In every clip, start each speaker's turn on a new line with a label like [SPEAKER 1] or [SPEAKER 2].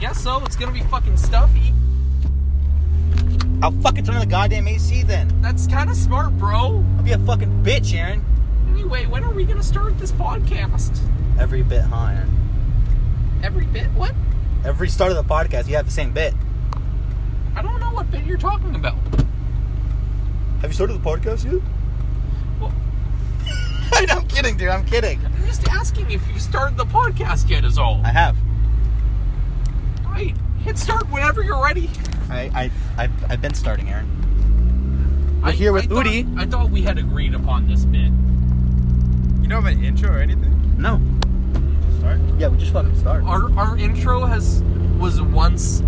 [SPEAKER 1] Yeah, so it's gonna be fucking stuffy.
[SPEAKER 2] I'll fucking turn on the goddamn AC then.
[SPEAKER 1] That's kind of smart, bro.
[SPEAKER 2] I'll be a fucking bitch, Aaron.
[SPEAKER 1] Anyway, when are we gonna start this podcast?
[SPEAKER 2] Every bit, huh, Aaron?
[SPEAKER 1] Every bit? What?
[SPEAKER 2] Every start of the podcast, you have the same bit.
[SPEAKER 1] I don't know what bit you're talking about.
[SPEAKER 2] Have you started the podcast yet?
[SPEAKER 1] Well,
[SPEAKER 2] I'm kidding, dude. I'm kidding.
[SPEAKER 1] I'm just asking if you started the podcast yet, is all.
[SPEAKER 2] I have.
[SPEAKER 1] Right. Hit start whenever you're ready.
[SPEAKER 2] I, I, I've, I've been starting, Aaron.
[SPEAKER 1] We're
[SPEAKER 2] here with Udi.
[SPEAKER 1] I thought we had agreed upon this bit.
[SPEAKER 3] You don't have an intro or anything?
[SPEAKER 2] No. Yeah, we just fucking start.
[SPEAKER 1] Our our intro has was once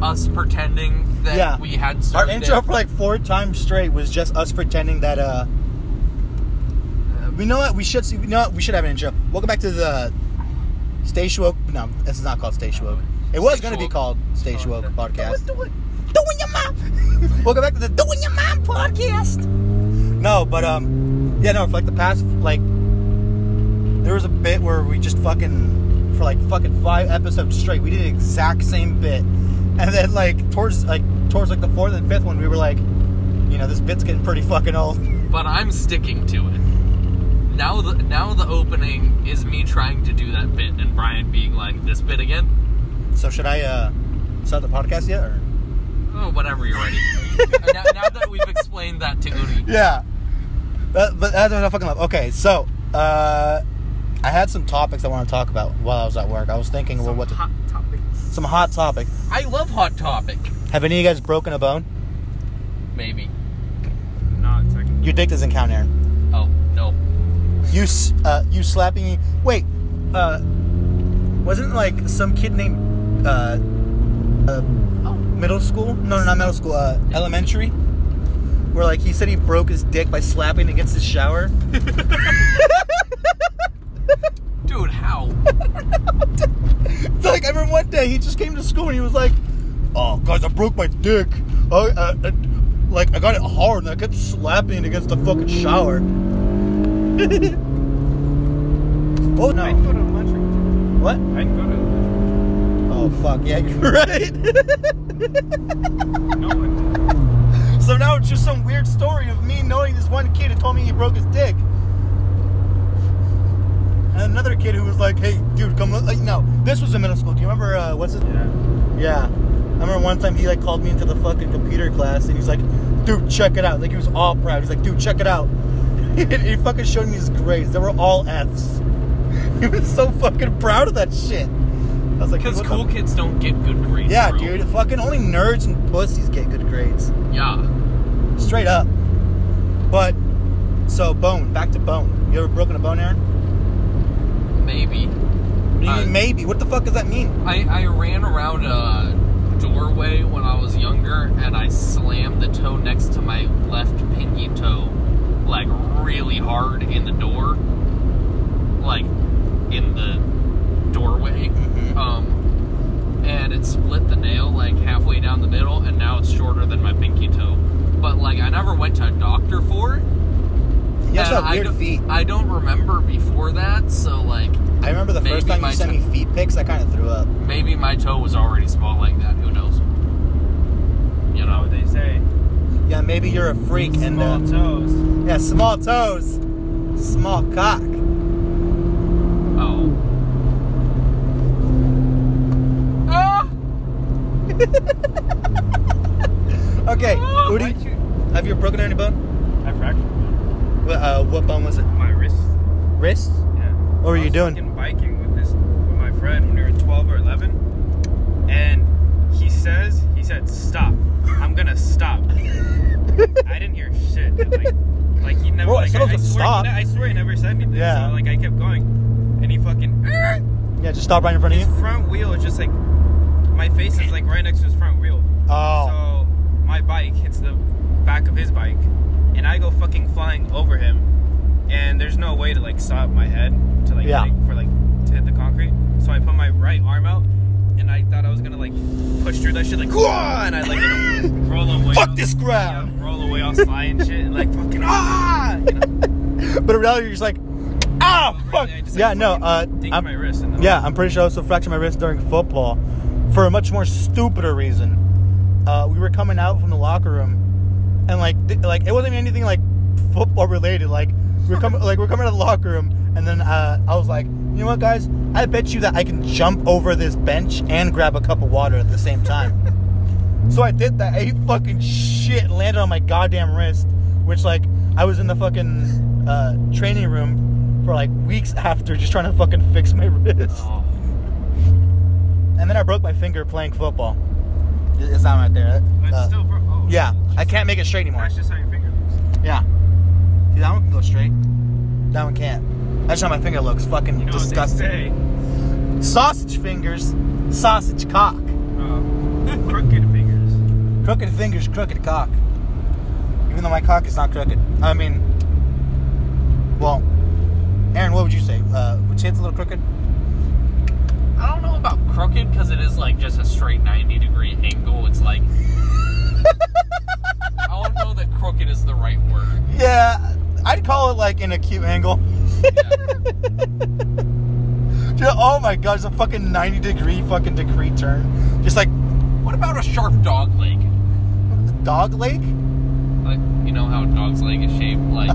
[SPEAKER 1] us pretending that
[SPEAKER 2] Yeah.
[SPEAKER 1] we had
[SPEAKER 2] Our
[SPEAKER 1] started.
[SPEAKER 2] intro
[SPEAKER 1] it.
[SPEAKER 2] for like four times straight was just us pretending that uh we know what we should see we know what, we should have an intro. Welcome back to the Stay Woke. No, this is not called Oh, Stay Oh, Woke. It was
[SPEAKER 1] Stay
[SPEAKER 2] gonna be
[SPEAKER 1] Woke.
[SPEAKER 2] called Stay Woke
[SPEAKER 3] okay.
[SPEAKER 2] podcast. Doing your mom Welcome back to the Doing Your Mom podcast. No, but um yeah, no, for like the past like there was a bit where we just fucking for like fucking five episodes straight we did the exact same bit and then like towards like towards like the fourth and fifth one we were like you know this bit's getting pretty fucking old
[SPEAKER 1] but I'm sticking to it. Now the now the opening is me trying to do that bit and Brian being like this bit again.
[SPEAKER 2] so should i uh start the podcast yet or
[SPEAKER 1] Oh, whenever you're ready. now, now that we've explained that to Udi,
[SPEAKER 2] yeah but, but that's what i fucking love okay so uh i had some topics i want to talk about while i was at work i was thinking well what to,
[SPEAKER 1] hot topics.
[SPEAKER 2] some hot topic
[SPEAKER 1] I love hot topic.
[SPEAKER 2] have any of you guys broken a bone
[SPEAKER 1] Maybe.
[SPEAKER 3] Not technically.
[SPEAKER 2] your dick doesn't count aaron
[SPEAKER 1] Oh no.
[SPEAKER 2] you s- uh, you slapping me. Wait, uh, wasn't like some kid named uh, uh,
[SPEAKER 1] Oh,
[SPEAKER 2] middle school? No, no, not middle school. Uh, elementary. Where like he said he broke his dick by slapping against his shower.
[SPEAKER 1] Dude, how?
[SPEAKER 2] It's like I remember one day he just came to school and he was like, "Oh, guys, I broke my dick. I, I, I like I got it hard and I kept slapping it against the fucking shower." oh
[SPEAKER 3] I can
[SPEAKER 2] no!
[SPEAKER 3] go to lunch.
[SPEAKER 2] What?
[SPEAKER 3] I can go to lunch.
[SPEAKER 2] Oh fuck! Yeah, you're right.
[SPEAKER 3] No one.
[SPEAKER 2] So now it's just some weird story of me knowing this one kid who told me he broke his dick. And another kid who was like, hey, dude, come look. Like, no, this was in middle school. Do you remember, uh, what's his?
[SPEAKER 3] Yeah.
[SPEAKER 2] Yeah. I remember one time he, like, called me into the fucking computer class and he's like, dude, check it out. Like, he was all proud. He's like, dude, check it out. he fucking showed me his grades. They were all F's. He was so fucking proud of that shit. I was like,
[SPEAKER 1] Because
[SPEAKER 2] what the-
[SPEAKER 1] cool kids don't get good grades.
[SPEAKER 2] Yeah,
[SPEAKER 1] bro.
[SPEAKER 2] dude. Fucking only nerds and pussies get good grades.
[SPEAKER 1] Yeah.
[SPEAKER 2] straight up. But so bone, back to bone. You ever broken a bone, Aaron?
[SPEAKER 1] Maybe.
[SPEAKER 2] What do you
[SPEAKER 1] Uh,
[SPEAKER 2] mean maybe? What the fuck does that mean?
[SPEAKER 1] I, I ran around a doorway when I was younger and I slammed the toe next to my left pinky toe like really hard in the door. Like in the doorway.
[SPEAKER 2] Mhm.
[SPEAKER 1] Um and it split the nail like halfway down the middle and now it's shorter than my pinky toe. But like I never went to a doctor for it.
[SPEAKER 2] You also
[SPEAKER 1] and
[SPEAKER 2] have
[SPEAKER 1] I
[SPEAKER 2] weird
[SPEAKER 1] don't-
[SPEAKER 2] feet.
[SPEAKER 1] I don't remember before that, so like
[SPEAKER 2] I remember the
[SPEAKER 1] Maybe
[SPEAKER 2] first time
[SPEAKER 1] my
[SPEAKER 2] you sent
[SPEAKER 1] t-
[SPEAKER 2] me feet pics, I kind of threw up.
[SPEAKER 1] Maybe my toe was already small like that. Who knows? You
[SPEAKER 3] Oh,
[SPEAKER 1] know.
[SPEAKER 3] they say.
[SPEAKER 2] Yeah, maybe you're a freak and
[SPEAKER 3] small
[SPEAKER 2] uh,
[SPEAKER 3] toes.
[SPEAKER 2] yeah, small toes, small cock.
[SPEAKER 1] Oh. Ah!
[SPEAKER 2] Okay,
[SPEAKER 3] Ah,
[SPEAKER 1] Oh,
[SPEAKER 2] Udi, have you broken any bone?
[SPEAKER 3] I fractured one.
[SPEAKER 2] Wha- Uh, what bone was it?
[SPEAKER 3] my wrist.
[SPEAKER 2] Wrist?
[SPEAKER 3] Yeah.
[SPEAKER 2] What were
[SPEAKER 3] I
[SPEAKER 2] you
[SPEAKER 3] was
[SPEAKER 2] doing?
[SPEAKER 3] fucking biking with this with my friend when we were 12 or 11, and he says he said stop. I'm gonna stop. I didn't hear shit. and, Like, like he never.
[SPEAKER 2] Well,
[SPEAKER 3] like,
[SPEAKER 2] it's
[SPEAKER 3] I,
[SPEAKER 2] also
[SPEAKER 3] I swear, he
[SPEAKER 2] stop.
[SPEAKER 3] ne- I swear he never said anything.
[SPEAKER 2] Yeah.
[SPEAKER 3] So like I kept going, and he fucking. "Eh."
[SPEAKER 2] Yeah, just stop right in front of
[SPEAKER 3] his
[SPEAKER 2] you.
[SPEAKER 3] front wheel is just like my face is like right next to his front wheel.
[SPEAKER 2] Oh,
[SPEAKER 3] So my bike hits the back of his bike, and I go fucking flying over him. And there's no way to like stop my head to like,
[SPEAKER 2] Yeah.
[SPEAKER 3] like, for like to hit the concrete. So I put my right arm out, and I thought I was gonna like push through that shit like "Wah!" and I like you know, roll away.
[SPEAKER 2] Fuck
[SPEAKER 3] off-
[SPEAKER 2] this ground.
[SPEAKER 3] Yeah, roll away off slide and shit, and like fucking ah. You know?
[SPEAKER 2] but in reality, you're just like, ah,
[SPEAKER 3] And
[SPEAKER 2] fuck.
[SPEAKER 3] I just, like,
[SPEAKER 2] Yeah, no.
[SPEAKER 3] fucking
[SPEAKER 2] Uh,
[SPEAKER 3] dinged
[SPEAKER 2] I'm-
[SPEAKER 3] my wrist. And
[SPEAKER 2] Yeah, I'm pretty sure I also fractured my wrist during football. for a much more stupider reason. Uh, we were coming out from the locker room, and like th- like it wasn't even anything like football related. Like we we're coming like we we're coming out of the locker room, and then uh, I was like, you know what, guys? I bet you that I can jump over this bench and grab a cup of water at the same time. so I did that. I ate fucking shit landed on my goddamn wrist, which like I was in the fucking uh, training room for like weeks after, just trying to fucking fix my wrist.
[SPEAKER 1] Oh,
[SPEAKER 2] And then I broke my finger playing football. It's not right there.
[SPEAKER 3] But
[SPEAKER 2] Uh,
[SPEAKER 3] still, bro. Oh,
[SPEAKER 2] yeah,
[SPEAKER 3] it's
[SPEAKER 2] I
[SPEAKER 3] just-
[SPEAKER 2] can't make it straight anymore.
[SPEAKER 3] That's just how your finger looks.
[SPEAKER 2] Yeah. See, that one can go straight. That one can't. That's how my finger looks. Fucking
[SPEAKER 3] You know
[SPEAKER 2] disgusting.
[SPEAKER 3] what they say?
[SPEAKER 2] Sausage fingers, sausage cock.
[SPEAKER 3] Uh, crooked fingers.
[SPEAKER 2] Crooked fingers, crooked cock. Even though my cock is not crooked. I mean, well, Aaron, what would you say? Uh, would you say it's a little crooked?
[SPEAKER 1] I don't know about crooked because it is like just a straight 90 degree angle. It's like. I don't know that crooked is the right word.
[SPEAKER 2] Yeah, I'd call it like an acute angle. Dude, oh my god, it's a fucking 90 degree fucking decree turn. Just like
[SPEAKER 1] What about a sharp dog leg?
[SPEAKER 2] dog leg?
[SPEAKER 1] Like, you know how a dog's leg is shaped? Like,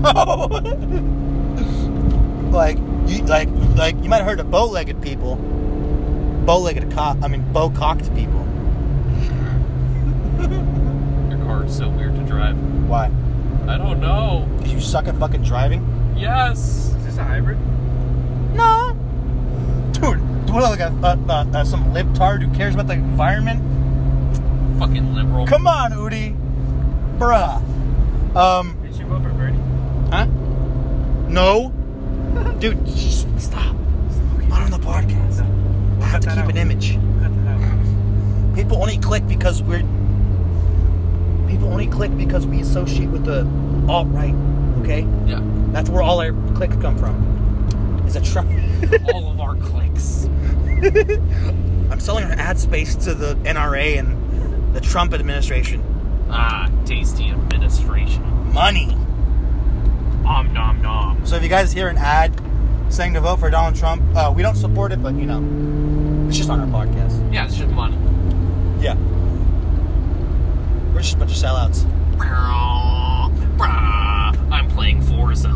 [SPEAKER 2] like you like like you might have heard of bow-legged people. Bow-legged cock I mean bow-cocked people.
[SPEAKER 1] your car's so weird to drive.
[SPEAKER 2] Why?
[SPEAKER 1] I don't know.
[SPEAKER 2] 'Cause you suck at fucking driving?
[SPEAKER 1] Yes.
[SPEAKER 3] Is this a hybrid?
[SPEAKER 2] No. Dude, do what like a, uh, uh, uh, some libtard who cares about the environment?
[SPEAKER 1] Fucking liberal.
[SPEAKER 2] Come on, Udi. Bruh. Um,
[SPEAKER 3] Did you vote for Bernie?
[SPEAKER 2] huh? No. Dude, sh- stop. Not on the podcast. I have to
[SPEAKER 3] Cut that
[SPEAKER 2] keep an
[SPEAKER 3] out.
[SPEAKER 2] image.
[SPEAKER 3] Cut that out.
[SPEAKER 2] People only click because we're. People only click because we associate with the alt right. Okay,
[SPEAKER 1] Yeah.
[SPEAKER 2] that's where all our clicks come from. Is a Trump.
[SPEAKER 1] All of our clicks.
[SPEAKER 2] I'm selling our ad space to the NRA and the Trump administration.
[SPEAKER 1] Ah, tasty administration.
[SPEAKER 2] Money.
[SPEAKER 1] Om nom nom.
[SPEAKER 2] So if you guys hear an ad saying to vote for Donald Trump, uh, we don't support it, but you know, it's just on our podcast.
[SPEAKER 1] Yeah, it's just money.
[SPEAKER 2] Yeah. We're just a bunch of sellouts.
[SPEAKER 1] I'm playing Forza.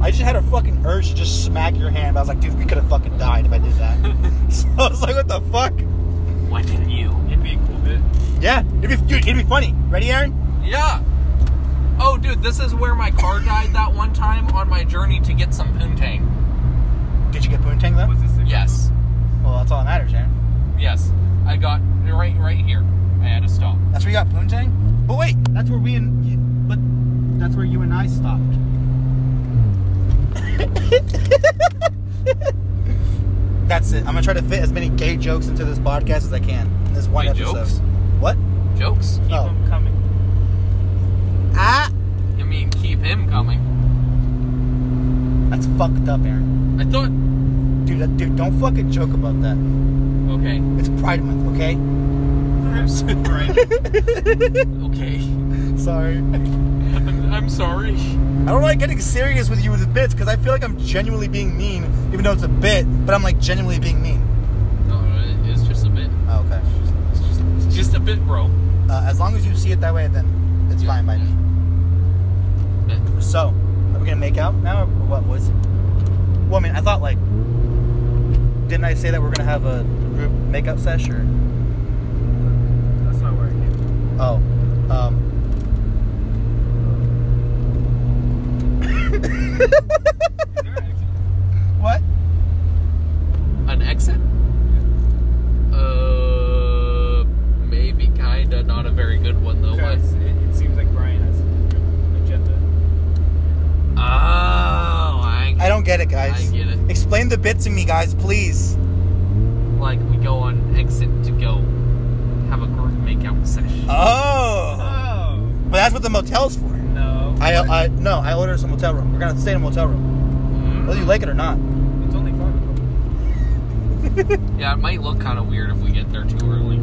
[SPEAKER 2] I just had a fucking urge to just smack your hand. but I was like, dude, we could have fucking died if I did that. so I was like, what the fuck?
[SPEAKER 1] Why didn't you?
[SPEAKER 3] It'd be a cool bit.
[SPEAKER 2] Yeah, it'd be, dude, it'd be funny. Ready, Aaron?
[SPEAKER 1] Yeah. Oh, dude, this is where my car died that one time on my journey to get some poontang.
[SPEAKER 2] Did you get Poontang though?
[SPEAKER 3] What's this? thing?
[SPEAKER 1] Yes.
[SPEAKER 2] Well, that's all that matters, Aaron.
[SPEAKER 1] Yes. I got right right here. I had to stop.
[SPEAKER 2] That's where you got Poontang. But wait, that's where we and you, but that's where you and I stopped. that's it. I'm gonna try to fit as many gay jokes into this podcast as I can. in This one
[SPEAKER 1] Wait,
[SPEAKER 2] episode.
[SPEAKER 1] jokes?
[SPEAKER 2] What?
[SPEAKER 1] Jokes?
[SPEAKER 3] Keep
[SPEAKER 2] Oh.
[SPEAKER 3] them coming.
[SPEAKER 2] Ah,
[SPEAKER 1] I mean, keep him coming.
[SPEAKER 2] that's fucked up, Aaron.
[SPEAKER 1] I thought.
[SPEAKER 2] Dude, that, dude, don't fucking joke about that.
[SPEAKER 1] Okay.
[SPEAKER 2] It's Pride Month, okay?
[SPEAKER 1] I'm sorry. okay.
[SPEAKER 2] Sorry. I
[SPEAKER 1] I'm, I'm sorry.
[SPEAKER 2] don't like getting serious with you with the bits because I feel like I'm genuinely being mean, even though it's a bit, but I'm like genuinely being mean.
[SPEAKER 1] No, it's just a bit.
[SPEAKER 2] Oh, okay.
[SPEAKER 1] It's just, it's just a bit, bro.
[SPEAKER 2] Uh, as long as you see it that way, then it's
[SPEAKER 1] Yeah,
[SPEAKER 2] fine by me. So, are we gonna make out now or what was it? Well, I mean, I thought like, didn't I say that we're gonna have a group makeout sesh or?
[SPEAKER 3] That's not where I came from.
[SPEAKER 2] Oh, um.
[SPEAKER 3] Is there an exit?
[SPEAKER 2] what?
[SPEAKER 1] An exit? Uh, maybe kinda. Not a very good one though. What?
[SPEAKER 3] Because it, it seems like Brian has a different agenda.
[SPEAKER 1] Oh, I,
[SPEAKER 2] I don't get it, guys.
[SPEAKER 1] I get it.
[SPEAKER 2] Explain the bit to me, guys, please.
[SPEAKER 1] Like we go on exit to go have a group makeout session.
[SPEAKER 2] Oh,
[SPEAKER 3] Oh
[SPEAKER 2] but that's what the motel's for.
[SPEAKER 3] no!
[SPEAKER 2] I, I no, I ordered some motel room. We're gonna stay in a motel room, whether you like it or not.
[SPEAKER 3] it's only five o'clock.
[SPEAKER 1] yeah, it might look kind of weird if we get there too early.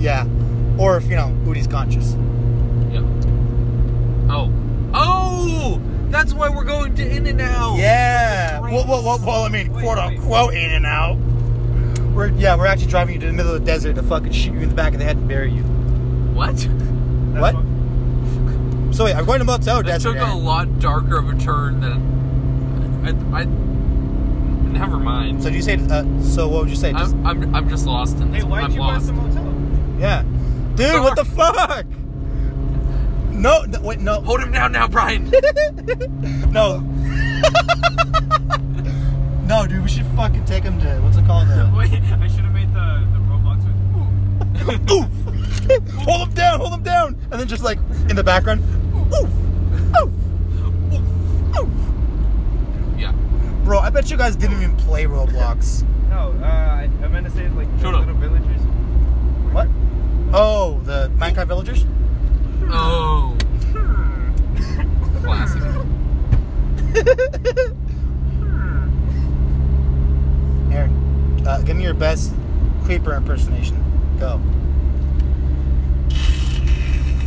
[SPEAKER 2] yeah, or if you know Udi's conscious.
[SPEAKER 1] Yeah. Oh. Oh! That's why we're going to In and Out.
[SPEAKER 2] Yeah. Well, well, well, well, I mean,
[SPEAKER 3] Wait,
[SPEAKER 2] quote
[SPEAKER 3] wait.
[SPEAKER 2] unquote, in and out. We're yeah, we're actually driving you to the middle of the desert to fucking shoot you in the back of the head and bury you.
[SPEAKER 1] What?
[SPEAKER 2] What?
[SPEAKER 3] That's fu-
[SPEAKER 2] So wait, I'm going to Motel
[SPEAKER 1] That
[SPEAKER 2] Desert.
[SPEAKER 1] took a
[SPEAKER 2] Aaron.
[SPEAKER 1] lot darker of a turn than I. I, I never mind.
[SPEAKER 2] So do you say? Uh, so what would you say? Just,
[SPEAKER 1] I'm, I'm, I'm just lost in this.
[SPEAKER 3] Hey, why'd
[SPEAKER 1] I'm
[SPEAKER 3] you
[SPEAKER 1] lost.
[SPEAKER 3] buy some motel?
[SPEAKER 2] yeah, dude, what the fuck? No, no wait, no,
[SPEAKER 1] Hold him down now, Brian.
[SPEAKER 2] no. no, dude, we should fucking take him to what's it called? Uh,
[SPEAKER 3] Wait, I should have made the, the Roblox with. Ooh.
[SPEAKER 2] oof! hold him down, hold him down, and then just like in the background, oof, oof, oof, oof.
[SPEAKER 1] yeah.
[SPEAKER 2] Bro, I bet you guys didn't even play Roblox.
[SPEAKER 3] No, uh, I, I meant to say like the
[SPEAKER 1] Shut up.
[SPEAKER 3] little villagers.
[SPEAKER 2] what? Oh, the Minecraft villagers?
[SPEAKER 1] Oh, classic.
[SPEAKER 2] Aaron, uh, give me your best creeper impersonation. Go.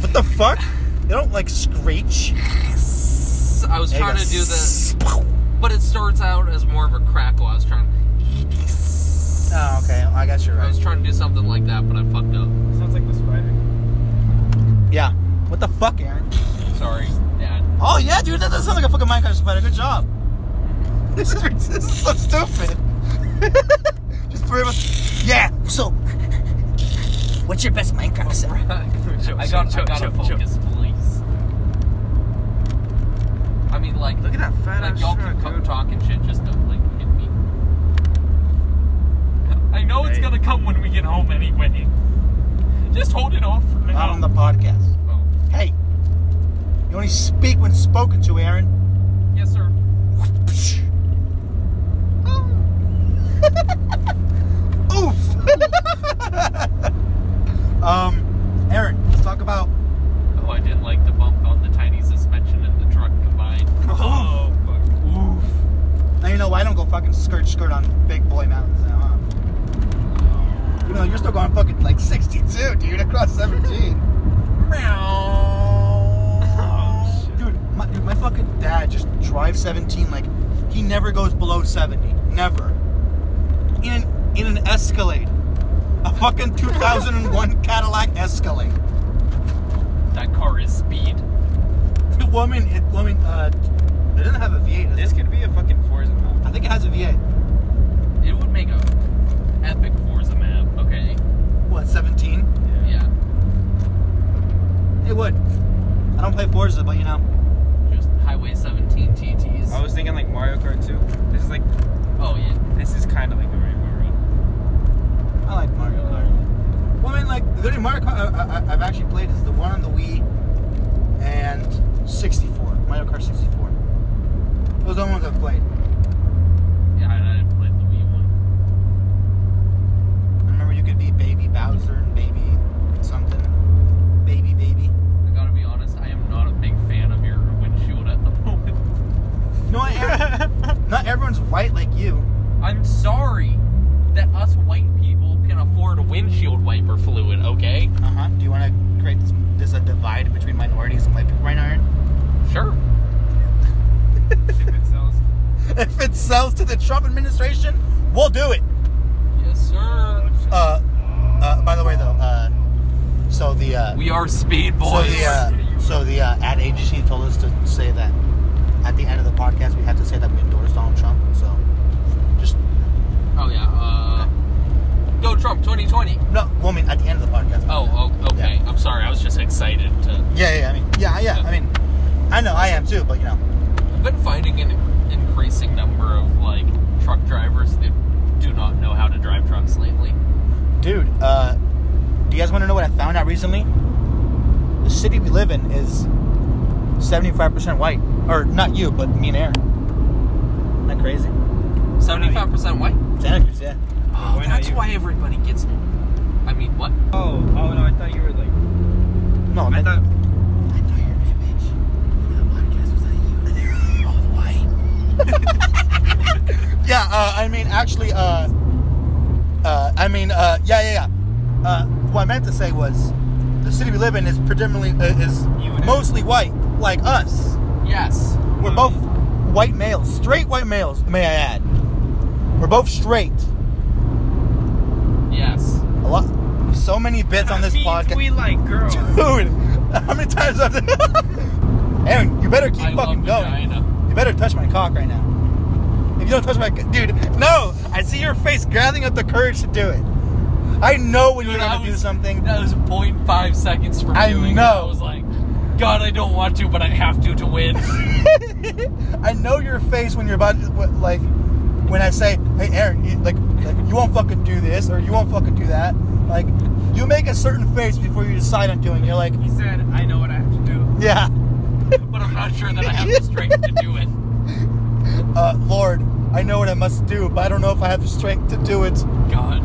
[SPEAKER 2] What the fuck? They don't like screech.
[SPEAKER 1] S- I was
[SPEAKER 2] They
[SPEAKER 1] trying
[SPEAKER 2] go
[SPEAKER 1] to do the,
[SPEAKER 2] spow.
[SPEAKER 1] but it starts out as more of a crackle. I was trying.
[SPEAKER 2] Oh, okay. I got you
[SPEAKER 1] I was
[SPEAKER 2] right.
[SPEAKER 1] trying to do something like that, but I fucked up.
[SPEAKER 3] Sounds like the spider.
[SPEAKER 2] Yeah. What the fuck, Aaron?
[SPEAKER 1] Sorry, Dad.
[SPEAKER 2] Oh yeah, dude, that does sound like a fucking Minecraft spider. Good job. This is this is so stupid. Just three of us. Yeah. So, what's your best Minecraft sound?
[SPEAKER 1] I got, I
[SPEAKER 3] Joe,
[SPEAKER 1] got to
[SPEAKER 3] Joe, Joe.
[SPEAKER 1] focus, please. I mean, like,
[SPEAKER 3] Look at that fat
[SPEAKER 1] like
[SPEAKER 3] ass
[SPEAKER 1] y'all
[SPEAKER 3] truck,
[SPEAKER 1] can come
[SPEAKER 3] dude.
[SPEAKER 1] talking shit, just don't like hit me. I know it's
[SPEAKER 3] Hey.
[SPEAKER 1] gonna come when we get home anyway. Just hold it off for now.
[SPEAKER 2] Not on the podcast.
[SPEAKER 1] Oh.
[SPEAKER 2] Hey, you only speak when spoken to, Aaron.
[SPEAKER 1] Yes, sir.
[SPEAKER 2] Oof. um, Aaron, let's talk about.
[SPEAKER 1] Oh, I didn't like the bump on the tiny suspension and the truck combined.
[SPEAKER 3] Oh, fuck.
[SPEAKER 2] Oof. Now you know why I don't go fucking skirt skirt on big boy mountains now, huh? You know you're still going fucking like 62, dude, across 17.
[SPEAKER 3] Oh, shit.
[SPEAKER 2] Dude, my, dude, my fucking dad just drives 17 like he never goes below 70. Never. In in an Escalade. A fucking 2001 Cadillac Escalade.
[SPEAKER 1] That car is speed.
[SPEAKER 2] The woman, it, woman, uh, it doesn't have a V8. does
[SPEAKER 3] This
[SPEAKER 2] it?
[SPEAKER 3] could be a fucking Forza map.
[SPEAKER 2] I think it has a V8.
[SPEAKER 1] It would make a epic Forza map. Okay.
[SPEAKER 2] What, 17?
[SPEAKER 1] Yeah.
[SPEAKER 2] It would. I don't play Forza, but you know.
[SPEAKER 1] Just Highway 17 TTs.
[SPEAKER 3] I was thinking like Mario Kart 2. This is like,
[SPEAKER 1] oh yeah.
[SPEAKER 3] this is kind of like the Rainbow Road.
[SPEAKER 2] I like Mario Kart. Well, I mean, like the only Mario Kart I, I, I've actually played is the one on the Wii and 64, Mario Kart 64. Those are the ones I've played.
[SPEAKER 1] Yeah, I, I didn't play the Wii one.
[SPEAKER 2] I remember you could be Baby Bowser and Baby something, Baby Baby.
[SPEAKER 1] I gotta be honest, I am not a big fan of your windshield at the moment.
[SPEAKER 2] No, I am. not everyone's white like you.
[SPEAKER 1] I'm sorry that us white people can afford windshield wiper fluid, okay?
[SPEAKER 2] Uh huh. Do you want to create this, this a divide between minorities and white people right now? Aaron?
[SPEAKER 1] Sure.
[SPEAKER 3] If it sells.
[SPEAKER 2] If it sells to the Trump administration, we'll do it.
[SPEAKER 1] Yes, sir.
[SPEAKER 2] Uh, uh by the way, though, uh, so the uh,
[SPEAKER 1] We are speed
[SPEAKER 2] So
[SPEAKER 1] boys.
[SPEAKER 2] the, uh, so the uh, ad agency told us to say that at the end of the podcast, we have to say that we endorse Donald Trump. So just
[SPEAKER 1] oh yeah. Uh, Go Trump 2020.
[SPEAKER 2] no, well, I mean at the end of the podcast.
[SPEAKER 1] Oh, oh, okay. I'm sorry. I was just excited to.
[SPEAKER 2] Yeah, yeah. yeah, I mean, yeah, yeah. I mean, I know I am too, but you know,
[SPEAKER 1] I've been finding an increasing number of like truck drivers that do not know how to drive trucks lately.
[SPEAKER 2] dude. Uh, do you guys want to know what I found out recently? The city we live in is seventy-five percent white, or not you, but me and Aaron. Isn't that crazy?
[SPEAKER 1] 75% white.
[SPEAKER 2] Santa Cruz, yeah.
[SPEAKER 1] Oh,
[SPEAKER 3] why not
[SPEAKER 1] that's
[SPEAKER 3] you?
[SPEAKER 1] why everybody gets me. I mean, what?
[SPEAKER 3] Oh, oh no, I thought you were like.
[SPEAKER 2] No,
[SPEAKER 3] I
[SPEAKER 2] man.
[SPEAKER 3] thought.
[SPEAKER 2] I thought you were being a bitch. That podcast was that you. They're all white. yeah, uh, I mean, actually, uh, uh, I mean, uh, yeah, yeah, yeah. Uh, what I meant to say was, the city we live in is predominantly uh, is
[SPEAKER 3] You and-
[SPEAKER 2] mostly white, like us.
[SPEAKER 1] Yes.
[SPEAKER 2] We're both white males, straight white males, may I add. We're both straight. so many bits on this
[SPEAKER 3] means
[SPEAKER 2] podcast.
[SPEAKER 3] We like girls.
[SPEAKER 2] Dude, how many times have I- Aaron, you better keep
[SPEAKER 1] I
[SPEAKER 2] fucking
[SPEAKER 1] love
[SPEAKER 2] going.
[SPEAKER 1] vagina.
[SPEAKER 2] You better touch my cock right now. If you don't touch my c- dude, no! I see your face gathering up the courage to do it. I know when
[SPEAKER 1] Dude,
[SPEAKER 2] you're gonna
[SPEAKER 1] I
[SPEAKER 2] do
[SPEAKER 1] was-
[SPEAKER 2] something.
[SPEAKER 1] That was 0.5 seconds from
[SPEAKER 2] I
[SPEAKER 1] doing it.
[SPEAKER 2] know.
[SPEAKER 1] I was like, God, I don't want to, but I have to to win.
[SPEAKER 2] I know your face when you're about to, what- like when I say, "Hey, Aaron, you, like, like you won't fucking do this or you won't fucking do that." Like you make a certain face before you decide on doing. it. You're like,
[SPEAKER 3] He said, I know what I have to do.
[SPEAKER 2] "Yeah,
[SPEAKER 1] but I'm not sure that I have the strength to do it.
[SPEAKER 2] uh, Lord, I know what I must do, but I don't know if I have the strength to do it."
[SPEAKER 1] God.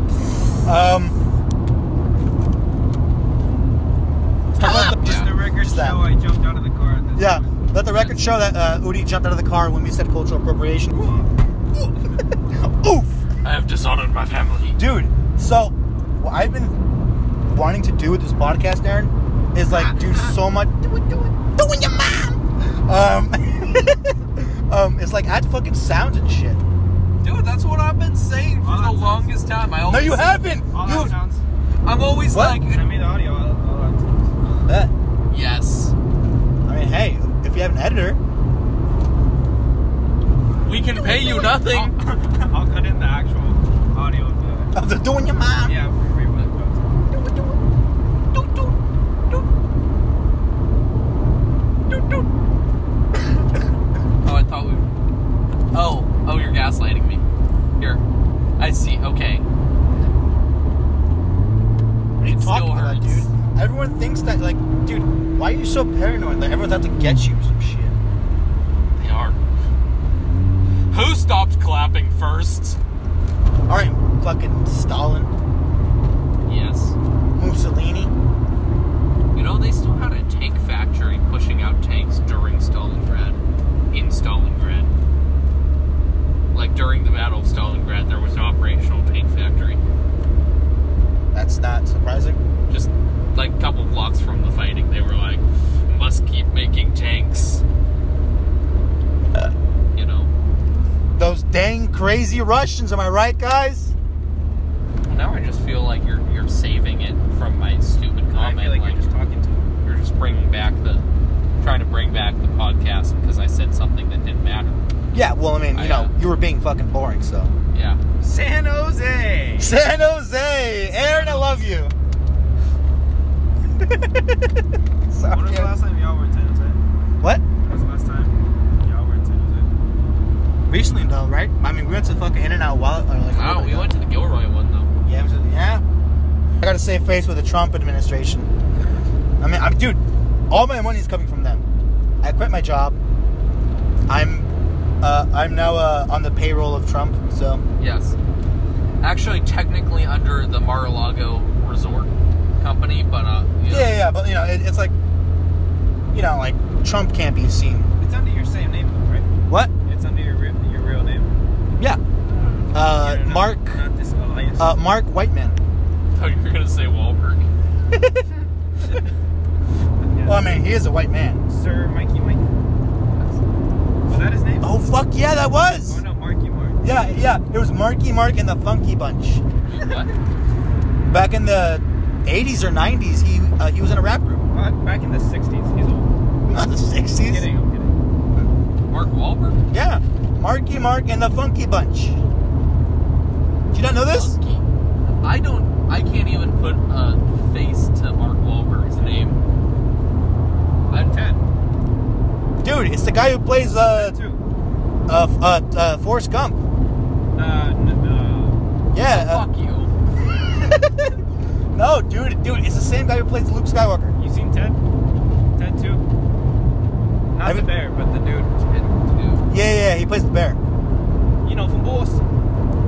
[SPEAKER 2] Um, let's talk about the-
[SPEAKER 3] Just the record
[SPEAKER 2] Just that.
[SPEAKER 3] show I jumped out of the car. at this
[SPEAKER 2] yeah,
[SPEAKER 3] moment.
[SPEAKER 2] let the record show that uh, Udi jumped out of the car when we said cultural appropriation. Oof,
[SPEAKER 1] I have dishonored my family.
[SPEAKER 2] dude. So, what I've been wanting to do with this podcast, Aaron, is like do so much. Do it, do it, doing your mom. Um, um, it's like add fucking sounds and shit.
[SPEAKER 1] Dude, that's what I've been saying for
[SPEAKER 3] Oh, that
[SPEAKER 1] the
[SPEAKER 3] sounds-
[SPEAKER 1] longest time. I
[SPEAKER 2] No,
[SPEAKER 1] always,
[SPEAKER 2] you haven't.
[SPEAKER 3] All that
[SPEAKER 2] You've
[SPEAKER 3] sounds.
[SPEAKER 1] I'm always
[SPEAKER 2] What?
[SPEAKER 1] like,
[SPEAKER 3] Send me the audio. All, all that sounds.
[SPEAKER 2] bet.
[SPEAKER 1] yes,
[SPEAKER 2] I mean, hey, if you have an editor,
[SPEAKER 1] we can pay you nothing.
[SPEAKER 3] I'll, I'll cut in the actual audio of the.
[SPEAKER 2] of the doing your mom.
[SPEAKER 3] Yeah, for free. But, but
[SPEAKER 1] Doot, doot, doot. Doot, doot. oh, I thought we. Oh, oh, you're gaslighting me. Here, I see. Okay,
[SPEAKER 2] What are you
[SPEAKER 1] It
[SPEAKER 2] talking
[SPEAKER 1] still
[SPEAKER 2] about,
[SPEAKER 1] hurts.
[SPEAKER 2] dude? Everyone thinks that, like, dude, why are you so paranoid? Like, everyone's out to get you or some shit.
[SPEAKER 1] they are. Who stopped clapping first?
[SPEAKER 2] All right, fucking Stalin,
[SPEAKER 1] Yes.
[SPEAKER 2] Mussolini.
[SPEAKER 1] You know, they still had a tank factory pushing out tanks during Stalingrad. In Stalingrad. Like during the Battle of Stalingrad, there was an operational tank factory.
[SPEAKER 2] That's not surprising.
[SPEAKER 1] Just like a couple blocks from the fighting, they were like, must keep making tanks. You know.
[SPEAKER 2] Those dang crazy Russians, am I right, guys?
[SPEAKER 1] Now I just feel like you're you're saving it from my stupid
[SPEAKER 3] I
[SPEAKER 1] comment.
[SPEAKER 3] feel like, you're just talking to him.
[SPEAKER 1] you're just bringing back the, trying to bring back the podcast because I said something that didn't matter.
[SPEAKER 2] Yeah, well, I mean, you
[SPEAKER 1] I,
[SPEAKER 2] know,
[SPEAKER 1] uh,
[SPEAKER 2] you were being fucking boring, so.
[SPEAKER 1] Yeah.
[SPEAKER 3] San Jose.
[SPEAKER 2] San Jose, Aaron, I love you.
[SPEAKER 3] When was
[SPEAKER 2] Sorry.
[SPEAKER 3] the last time y'all were in San Jose?
[SPEAKER 2] What?
[SPEAKER 3] When was the last time y'all were in San Jose?
[SPEAKER 2] Recently, though, right? I mean, we went to fucking In and Out while. Or like,
[SPEAKER 3] Oh
[SPEAKER 1] Wow, we went to the Gilroy one though.
[SPEAKER 2] Yeah, I'm just- yeah. I gotta save face with the Trump administration. I mean, I'm, dude, all my money is coming from them. I quit my job. I'm, uh, I'm now uh, on the payroll of Trump. So
[SPEAKER 1] Yes. Actually, technically under the Mar-a-Lago Resort Company, but uh, you
[SPEAKER 2] yeah,
[SPEAKER 1] know,
[SPEAKER 2] yeah, but you know, it, it's like, you know, like Trump can't be seen.
[SPEAKER 3] It's under your same name, though, right?
[SPEAKER 2] What?
[SPEAKER 3] It's under your real, your real name.
[SPEAKER 2] Yeah. Uh,
[SPEAKER 3] No, no, no,
[SPEAKER 2] Mark,
[SPEAKER 3] Not this oh, Elias.
[SPEAKER 2] uh, Mark Whiteman.
[SPEAKER 1] I thought you were gonna say Wahlberg.
[SPEAKER 3] Yeah.
[SPEAKER 2] Well, I mean, he is a white man.
[SPEAKER 3] Sir Mikey Mike. Was that his name?
[SPEAKER 2] Oh fuck yeah, that
[SPEAKER 3] Oh
[SPEAKER 2] was.
[SPEAKER 3] no, Marky Mark.
[SPEAKER 2] Yeah, yeah, it was Marky Mark and the Funky Bunch.
[SPEAKER 1] You what?
[SPEAKER 2] Back in the 80s or 90s, he uh, he was in a rap group.
[SPEAKER 3] Uh, back in the 60s. He's old.
[SPEAKER 2] Not the 60s.
[SPEAKER 3] I'm kidding, I'm kidding.
[SPEAKER 1] Mark Wahlberg?
[SPEAKER 2] Yeah. Marky Mark and the Funky Bunch. Did you not know this?
[SPEAKER 1] Monkey. I don't. I can't even put a face to Mark Wahlberg's name. I'm
[SPEAKER 3] Ted.
[SPEAKER 2] Dude, it's the guy who plays uh,
[SPEAKER 3] Ted, too.
[SPEAKER 2] uh, uh, uh Forrest Gump.
[SPEAKER 3] Uh, n- uh,
[SPEAKER 2] Yeah.
[SPEAKER 1] Fuck you.
[SPEAKER 2] uh, no, dude, dude, it's the same guy who plays Luke Skywalker.
[SPEAKER 3] you seen Ted? Ted too. Not the
[SPEAKER 2] Haven't-
[SPEAKER 3] bear, but the dude.
[SPEAKER 1] Ted, too.
[SPEAKER 2] Yeah, yeah, he plays the bear.
[SPEAKER 3] You know from Boston.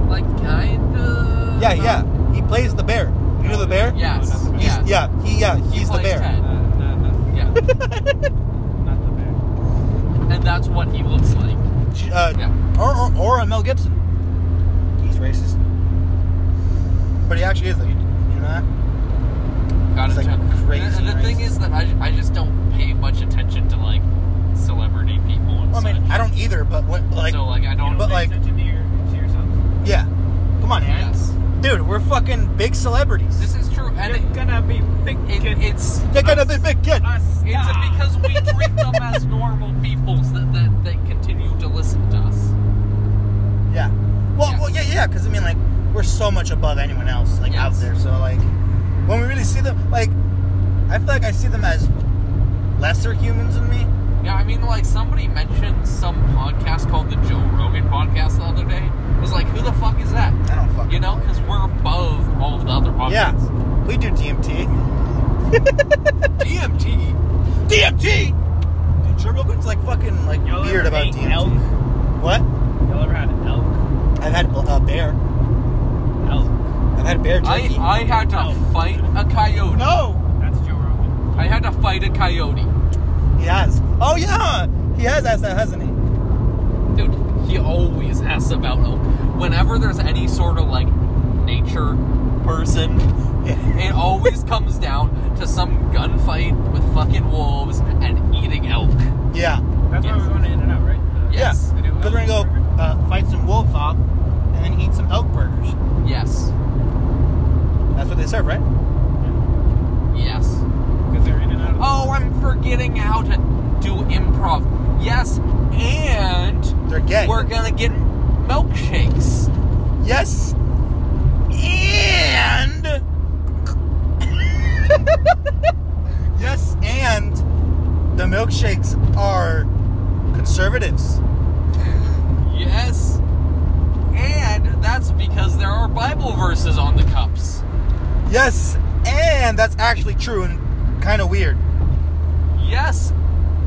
[SPEAKER 1] Like kinda.
[SPEAKER 2] Yeah, yeah, he plays the bear. You know the bear?
[SPEAKER 1] Yes.
[SPEAKER 3] No, not the
[SPEAKER 1] yeah.
[SPEAKER 2] Yeah, he yeah,
[SPEAKER 1] He
[SPEAKER 2] he's the
[SPEAKER 1] plays
[SPEAKER 2] bear.
[SPEAKER 3] Uh, no, no,
[SPEAKER 1] Yeah.
[SPEAKER 3] not the bear.
[SPEAKER 1] and that's what he looks like.
[SPEAKER 2] Uh,
[SPEAKER 1] Yeah.
[SPEAKER 2] or, or or a Mel Gibson. He's racist. But he actually is. though. You, you know that?
[SPEAKER 1] Got
[SPEAKER 2] It's,
[SPEAKER 1] it.
[SPEAKER 2] like, crazy
[SPEAKER 1] And the thing
[SPEAKER 2] racist.
[SPEAKER 1] is that I, I just don't pay much attention to like celebrity people and
[SPEAKER 2] Well, I
[SPEAKER 1] such.
[SPEAKER 2] mean, I don't either. But what, like,
[SPEAKER 1] so like I
[SPEAKER 3] You
[SPEAKER 1] don't.
[SPEAKER 3] know,
[SPEAKER 2] But,
[SPEAKER 3] pay
[SPEAKER 2] like-
[SPEAKER 3] attention to your, to yourself.
[SPEAKER 2] yeah. Come on, man.
[SPEAKER 1] yes,
[SPEAKER 2] Dude, we're fucking big celebrities.
[SPEAKER 1] this is true. And it-
[SPEAKER 3] You're gonna be big
[SPEAKER 1] It,
[SPEAKER 3] kid.
[SPEAKER 1] it's
[SPEAKER 2] You're gonna be big kid.
[SPEAKER 3] Us.
[SPEAKER 1] it's
[SPEAKER 3] Yeah.
[SPEAKER 1] because we treat them as normal peoples that, that that continue to listen to us.
[SPEAKER 2] Yeah. Well,
[SPEAKER 1] Yeah.
[SPEAKER 2] well, yeah, yeah. Because I mean, like, we're so much above anyone else, like out
[SPEAKER 1] Yes.
[SPEAKER 2] there. So like, when we really see them, like, I feel like I see them as lesser humans than me.
[SPEAKER 1] Yeah, I mean, like somebody mentioned some podcast called the Joe Rogan Podcast the other day. I was like, who the fuck is that?
[SPEAKER 2] I don't fucking.
[SPEAKER 1] You know, because we're above all of the other
[SPEAKER 2] Yeah.
[SPEAKER 1] podcasts.
[SPEAKER 2] We do DMT.
[SPEAKER 1] DMT.
[SPEAKER 2] DMT. Dude, Joe Rogan's like fucking like
[SPEAKER 3] Y'all
[SPEAKER 2] weird
[SPEAKER 3] ever
[SPEAKER 2] about
[SPEAKER 3] ate
[SPEAKER 2] DMT.
[SPEAKER 3] elk?
[SPEAKER 2] What?
[SPEAKER 3] Y'all ever had elk?
[SPEAKER 2] I've had a uh, bear.
[SPEAKER 3] Elk.
[SPEAKER 2] I've had bear
[SPEAKER 1] I
[SPEAKER 2] jerky.
[SPEAKER 1] I had to
[SPEAKER 3] Oh.
[SPEAKER 1] fight a coyote.
[SPEAKER 2] no.
[SPEAKER 3] That's Joe Rogan.
[SPEAKER 1] I had to fight a coyote.
[SPEAKER 2] He has. Oh yeah, he has asked that, hasn't he?
[SPEAKER 1] Dude, he always asks about elk. Whenever there's any sort of like nature person
[SPEAKER 2] Yeah.
[SPEAKER 1] It always comes down to some gunfight with fucking wolves and eating elk.
[SPEAKER 2] Yeah.
[SPEAKER 3] That's why
[SPEAKER 1] Yes.
[SPEAKER 3] we're going to In and Out, right? The-
[SPEAKER 1] Yeah. Yes.
[SPEAKER 2] Yeah.
[SPEAKER 3] They do
[SPEAKER 2] Because we're gonna go
[SPEAKER 3] elk burger?
[SPEAKER 2] uh, fight some wolf off, and then eat some elk burgers.
[SPEAKER 1] Yes.
[SPEAKER 2] That's what they serve, right?
[SPEAKER 1] Yes.
[SPEAKER 3] Because they're in and out. Of
[SPEAKER 1] Oh, I'm forgetting how to do improv. Yes, and
[SPEAKER 2] They're gay.
[SPEAKER 1] we're gonna get milkshakes.
[SPEAKER 2] Yes. And. yes, and the milkshakes are conservatives.
[SPEAKER 1] Yes. And that's because there are Bible verses on the cups.
[SPEAKER 2] Yes, and that's actually true and kind of weird.
[SPEAKER 1] Yes.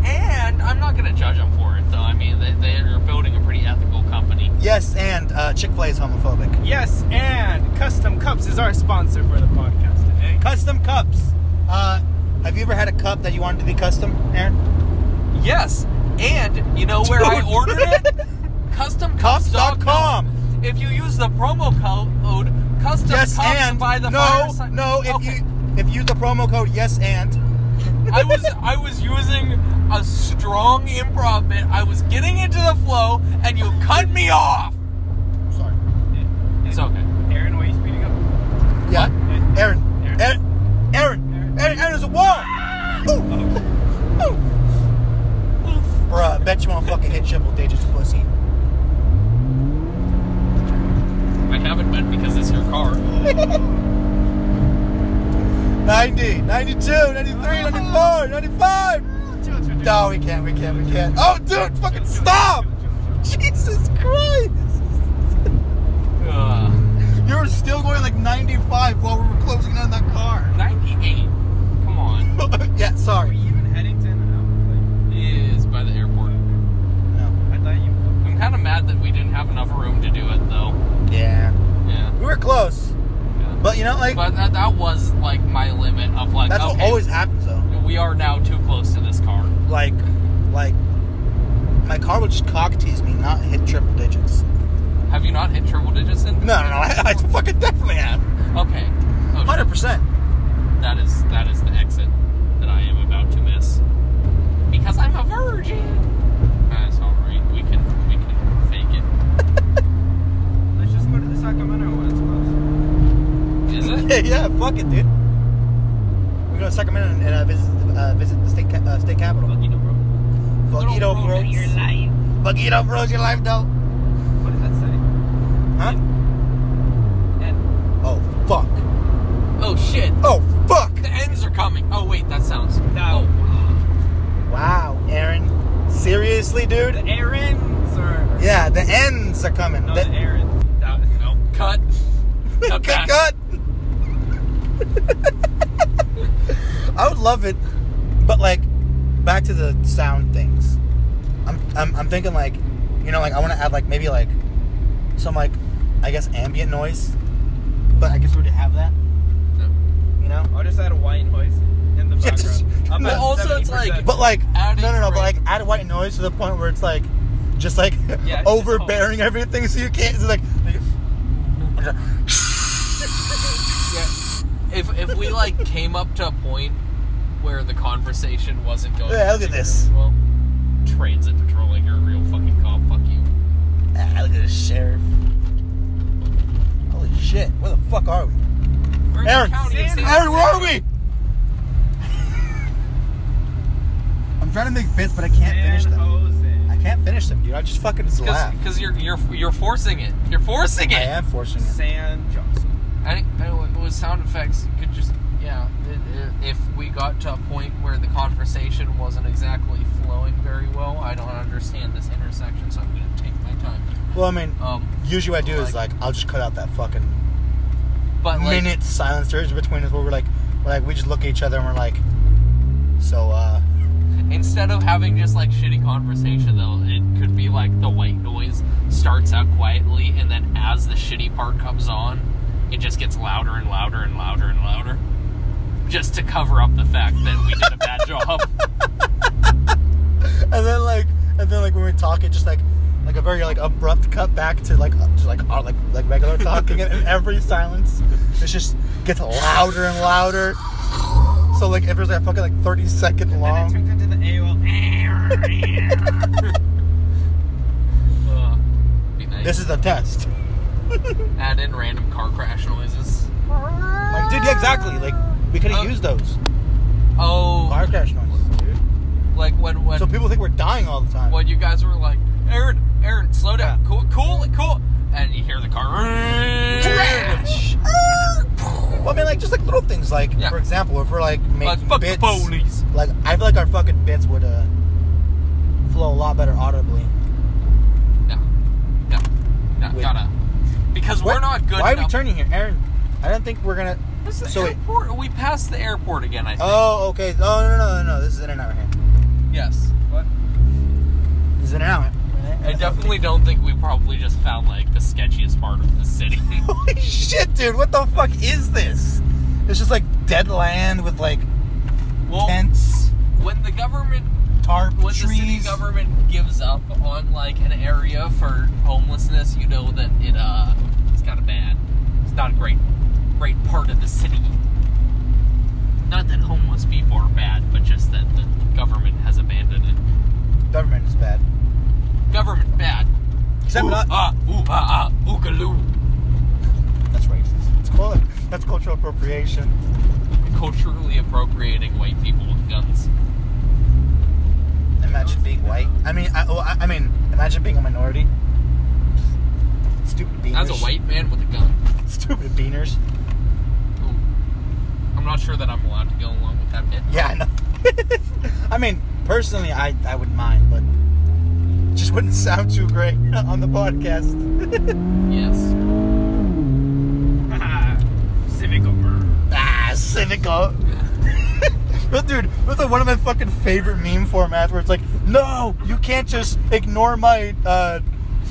[SPEAKER 1] And I'm not gonna judge them for it, though. I mean, they, they're building a pretty ethical company.
[SPEAKER 2] Yes, and uh, Chick fil A is homophobic.
[SPEAKER 3] Yes, and Custom Cups is our sponsor for the podcast today.
[SPEAKER 2] Custom cups. Uh, have you ever had a cup that you wanted to be custom, Aaron?
[SPEAKER 1] Yes, and you know where I
[SPEAKER 2] Dude.
[SPEAKER 1] ordered it? CustomCups.com.
[SPEAKER 2] Cups.com.
[SPEAKER 1] If you use the promo code Custom
[SPEAKER 2] yes
[SPEAKER 1] Cups
[SPEAKER 2] and
[SPEAKER 1] by the
[SPEAKER 2] no,
[SPEAKER 1] fireside-
[SPEAKER 2] no. If
[SPEAKER 1] Okay.
[SPEAKER 2] you if you use the promo code yes and
[SPEAKER 1] I was I was using a strong improv bit. I was getting into the flow, and you cut me off.
[SPEAKER 2] sorry.
[SPEAKER 1] It's okay.
[SPEAKER 3] Aaron, why are you speeding up?
[SPEAKER 2] Yeah,
[SPEAKER 3] What?
[SPEAKER 2] Aaron, Aaron,
[SPEAKER 3] Aaron.
[SPEAKER 2] Aaron,
[SPEAKER 3] Aaron.
[SPEAKER 2] Aaron, Aaron is a wall.
[SPEAKER 3] Oh.
[SPEAKER 2] Bruh, I bet you won't fucking hit Triple Digits, pussy.
[SPEAKER 1] I haven't been because it's your car.
[SPEAKER 2] 90, 92, 93, 94, 95. No, we can't, we can't, we can't. Oh, dude, fucking stop! Jesus Christ!
[SPEAKER 1] Ugh.
[SPEAKER 2] You were still going like 95 while we were closing in on that car.
[SPEAKER 1] 98. Come on.
[SPEAKER 2] yeah,
[SPEAKER 3] Are we
[SPEAKER 2] sorry.
[SPEAKER 3] even heading to In and
[SPEAKER 1] It is by the airport.
[SPEAKER 2] No.
[SPEAKER 3] Out? Like, I thought you.
[SPEAKER 1] I'm kind of mad that we didn't have enough room to do it though.
[SPEAKER 2] Yeah.
[SPEAKER 1] Yeah.
[SPEAKER 2] We were close.
[SPEAKER 1] yeah.
[SPEAKER 2] But you know, like,
[SPEAKER 1] But that, that was like my limit of like.
[SPEAKER 2] that's
[SPEAKER 1] okay,
[SPEAKER 2] what always happens though.
[SPEAKER 1] We are now too close to this car.
[SPEAKER 2] like like my car would just cock tease me, not hit triple digits.
[SPEAKER 1] Have you not hit triple digits in?
[SPEAKER 2] No, no, no, I, I fucking definitely have.
[SPEAKER 1] Okay. Oh,
[SPEAKER 2] Hundred percent.
[SPEAKER 1] shit. That is that is the exit that I am about to miss because I'm a virgin. That's all right. We can we can fake it.
[SPEAKER 3] Let's just go to the Sacramento one. It's close.
[SPEAKER 1] Is it?
[SPEAKER 2] Yeah, yeah, fuck it, dude. We're gonna Sacramento and uh, visit uh, visit the state ca- uh, state capital.
[SPEAKER 3] Fuck you, bro.
[SPEAKER 2] Fuck it
[SPEAKER 1] Little
[SPEAKER 2] up,
[SPEAKER 1] road in your
[SPEAKER 2] bros.
[SPEAKER 1] life.
[SPEAKER 2] Fuck it up, bros. Your life, though.
[SPEAKER 3] What does that say?
[SPEAKER 2] Huh?
[SPEAKER 3] And
[SPEAKER 2] Oh fuck.
[SPEAKER 1] Oh shit!
[SPEAKER 2] Oh fuck.
[SPEAKER 1] The ends are coming. Oh wait, that sounds.
[SPEAKER 3] No.
[SPEAKER 1] Oh.
[SPEAKER 2] Wow, Aaron. Seriously, dude.
[SPEAKER 3] the errands or.
[SPEAKER 2] Yeah, the ends are coming.
[SPEAKER 3] No,
[SPEAKER 2] The-
[SPEAKER 3] the errands. No, no.
[SPEAKER 1] Cut. Cut back.
[SPEAKER 2] Cut. I would love it, but like, back to the sound things. I'm, I'm, I'm thinking like, you know, like I want to add like maybe like some like, I guess ambient noise, but I guess we already have that,
[SPEAKER 1] No.
[SPEAKER 2] you know.
[SPEAKER 3] I'll just add a white noise in the
[SPEAKER 2] Yeah, just-
[SPEAKER 3] background. I'm
[SPEAKER 2] But
[SPEAKER 3] at
[SPEAKER 1] also it's
[SPEAKER 3] 70%.
[SPEAKER 1] like-
[SPEAKER 2] But like,
[SPEAKER 1] Adding
[SPEAKER 2] no, no, no. But
[SPEAKER 1] break.
[SPEAKER 2] like, add white noise to the point where it's like, just like
[SPEAKER 3] just
[SPEAKER 2] overbearing everything, so you can't. It's like, like
[SPEAKER 1] Yeah. If if we like came up to a point where the conversation wasn't going.
[SPEAKER 2] Yeah, look at this.
[SPEAKER 1] Well, transit patrolling. You're a real fucking cop. Fuck you.
[SPEAKER 2] Ah, look at the sheriff. Holy shit, where the fuck are we?
[SPEAKER 1] We're
[SPEAKER 2] Aaron,
[SPEAKER 1] county of San
[SPEAKER 2] Aaron, where are
[SPEAKER 1] Jose.
[SPEAKER 2] we? I'm trying to make bits, but I can't finish
[SPEAKER 3] San
[SPEAKER 2] them.
[SPEAKER 3] Jose.
[SPEAKER 2] I can't finish them, dude. I just fucking just laugh.
[SPEAKER 1] Because you're you're you're forcing it. You're forcing
[SPEAKER 2] I
[SPEAKER 1] it.
[SPEAKER 2] am forcing it.
[SPEAKER 3] San Johnson.
[SPEAKER 1] I, I, with sound effects, you could just yeah. i- i- If we got to a point where the conversation wasn't exactly flowing very well, I don't understand this intersection, so I'm gonna take my time.
[SPEAKER 2] Well, I mean,
[SPEAKER 1] Um,
[SPEAKER 2] usually what I do is
[SPEAKER 1] like-
[SPEAKER 2] like I'll just cut out that fucking
[SPEAKER 1] but like,
[SPEAKER 2] minute silence there is between us where we're like, we're like we just look at each other and we're like, so uh,
[SPEAKER 1] instead of having just like shitty conversation though, it could be like the white noise starts out quietly, and then as the shitty part comes on, it just gets louder and louder and louder and louder, just to cover up the fact that we did a bad job.
[SPEAKER 2] and then like and then like when we talk, it just like like a very like abrupt cut back to like uh, just like our, like like regular talking, and, and every silence it just gets louder and louder. So like if there's like a fucking like 30 second
[SPEAKER 3] Then it
[SPEAKER 2] long,
[SPEAKER 3] turns into the AOL.
[SPEAKER 1] Uh, be nice.
[SPEAKER 2] this is a test.
[SPEAKER 1] add in random car crash noises.
[SPEAKER 2] Like, dude, yeah, exactly. Like we could have
[SPEAKER 1] Oh.
[SPEAKER 2] used those
[SPEAKER 1] Oh,
[SPEAKER 2] fire crash noises, dude.
[SPEAKER 1] like when when
[SPEAKER 2] So people think we're dying all the time.
[SPEAKER 1] when you guys were like, Aaron, Aaron, slow down,
[SPEAKER 2] Yeah.
[SPEAKER 1] cool, cool, it, cool, and you hear the car crash.
[SPEAKER 2] Well, I mean, like just like little things, like
[SPEAKER 1] Yeah.
[SPEAKER 2] for example, if we're like making
[SPEAKER 1] Like fuck
[SPEAKER 2] bits,
[SPEAKER 1] the police.
[SPEAKER 2] like I feel like our fucking bits would uh, flow a lot better audibly.
[SPEAKER 1] No, no, no,
[SPEAKER 2] Wait.
[SPEAKER 1] gotta because
[SPEAKER 2] What?
[SPEAKER 1] we're not good.
[SPEAKER 2] Why are
[SPEAKER 1] enough.
[SPEAKER 2] we turning here, Aaron? I don't think we're gonna.
[SPEAKER 1] This is the
[SPEAKER 2] So wait.
[SPEAKER 1] airport. We passed the airport again. I think.
[SPEAKER 2] Oh, okay. Oh no, no, no, no. This is in and out right here.
[SPEAKER 1] yes.
[SPEAKER 3] what?
[SPEAKER 2] This is in and out.
[SPEAKER 1] I definitely don't think we probably just found like the sketchiest part of the city.
[SPEAKER 2] Holy shit, dude! What the fuck is this? It's just like dead land with like
[SPEAKER 1] well,
[SPEAKER 2] tents,
[SPEAKER 1] when the government
[SPEAKER 2] tarp,
[SPEAKER 1] when
[SPEAKER 2] trees.
[SPEAKER 1] Oh. the city government gives up on like an area for homelessness, you know that it uh it's kind of bad. It's not a great great part of the city. Not that homeless people are bad, but just that the government has abandoned it.
[SPEAKER 2] Government is bad.
[SPEAKER 1] Government bad.
[SPEAKER 2] Except
[SPEAKER 1] ooh,
[SPEAKER 2] not.
[SPEAKER 1] ah, ooh, ah, ah, oogaloo.
[SPEAKER 2] That's racist. It's called. That's cultural appropriation.
[SPEAKER 1] Culturally appropriating white people with guns.
[SPEAKER 2] Imagine being white. I mean, I, well, I, I mean, imagine being a minority. Stupid beaners.
[SPEAKER 1] As a white man with a gun.
[SPEAKER 2] Stupid beaners.
[SPEAKER 1] Ooh. I'm not sure that I'm allowed to go along with that bit.
[SPEAKER 2] Yeah, I know. I mean, personally, I, I wouldn't mind, but it just wouldn't sound too great on the podcast.
[SPEAKER 1] Yes.
[SPEAKER 3] Civic over.
[SPEAKER 2] Ah, cynical. But dude, that's like one of my fucking favorite meme formats where it's like, no, you can't just ignore my uh, uh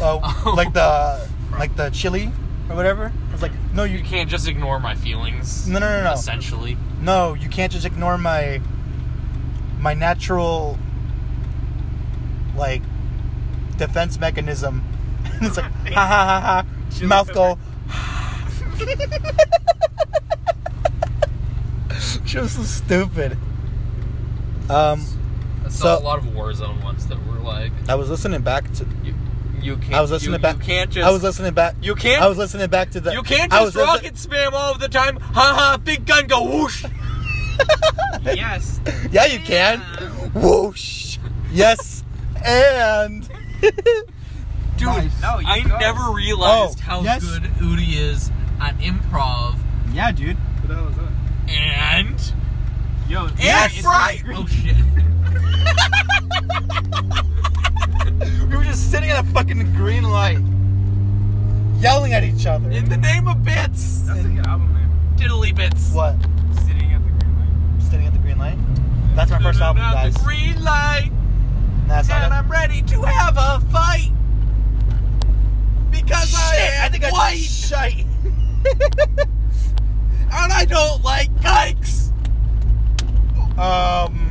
[SPEAKER 1] Oh.
[SPEAKER 2] like the like the chili or whatever. It's like, no, you
[SPEAKER 1] You can't just ignore my feelings.
[SPEAKER 2] No, no, no, no.
[SPEAKER 1] Essentially.
[SPEAKER 2] No, you can't just ignore my my natural like defense mechanism. And it's like ha ha ha ha
[SPEAKER 3] Chili
[SPEAKER 2] mouth go.
[SPEAKER 3] pepper.
[SPEAKER 2] she was so stupid. Um,
[SPEAKER 1] I saw
[SPEAKER 2] So-
[SPEAKER 1] a lot of Warzone ones that were like,
[SPEAKER 2] I was listening back to.
[SPEAKER 1] you, you can't.
[SPEAKER 2] I was listening
[SPEAKER 1] you,
[SPEAKER 2] back.
[SPEAKER 1] You can't just.
[SPEAKER 2] I was listening back.
[SPEAKER 1] You can't-
[SPEAKER 2] I was listening back to the.
[SPEAKER 1] You can't
[SPEAKER 2] I
[SPEAKER 1] just
[SPEAKER 2] was
[SPEAKER 1] rocket spam all of the time. Ha ha! Big gun go whoosh.
[SPEAKER 3] Yes.
[SPEAKER 2] Yeah, you can. Whoosh. Yes, and
[SPEAKER 1] Dude,
[SPEAKER 2] Nice.
[SPEAKER 3] No, you
[SPEAKER 1] I
[SPEAKER 3] go.
[SPEAKER 1] never realized
[SPEAKER 2] Oh,
[SPEAKER 1] how
[SPEAKER 2] yes.
[SPEAKER 1] good Udi is at improv
[SPEAKER 2] yeah, dude.
[SPEAKER 3] What the hell is that?
[SPEAKER 1] and
[SPEAKER 3] Yo,
[SPEAKER 1] and
[SPEAKER 2] Yes.
[SPEAKER 3] it's
[SPEAKER 1] right.
[SPEAKER 3] green.
[SPEAKER 1] Oh shit!
[SPEAKER 2] We were just sitting at a fucking green light, yelling at each other.
[SPEAKER 1] In the name of bits,
[SPEAKER 3] That's a good album name.
[SPEAKER 1] diddly bits.
[SPEAKER 2] what?
[SPEAKER 3] Sitting at the green light.
[SPEAKER 2] Sitting at the green light? That's my first album,
[SPEAKER 1] Turn on
[SPEAKER 2] guys.
[SPEAKER 1] the green light.
[SPEAKER 2] That's not
[SPEAKER 1] and
[SPEAKER 2] it.
[SPEAKER 1] I'm ready to have a fight because I
[SPEAKER 2] Shit,
[SPEAKER 1] am
[SPEAKER 2] I think I
[SPEAKER 1] white
[SPEAKER 2] just shite.
[SPEAKER 1] and I don't like kikes.
[SPEAKER 2] Um.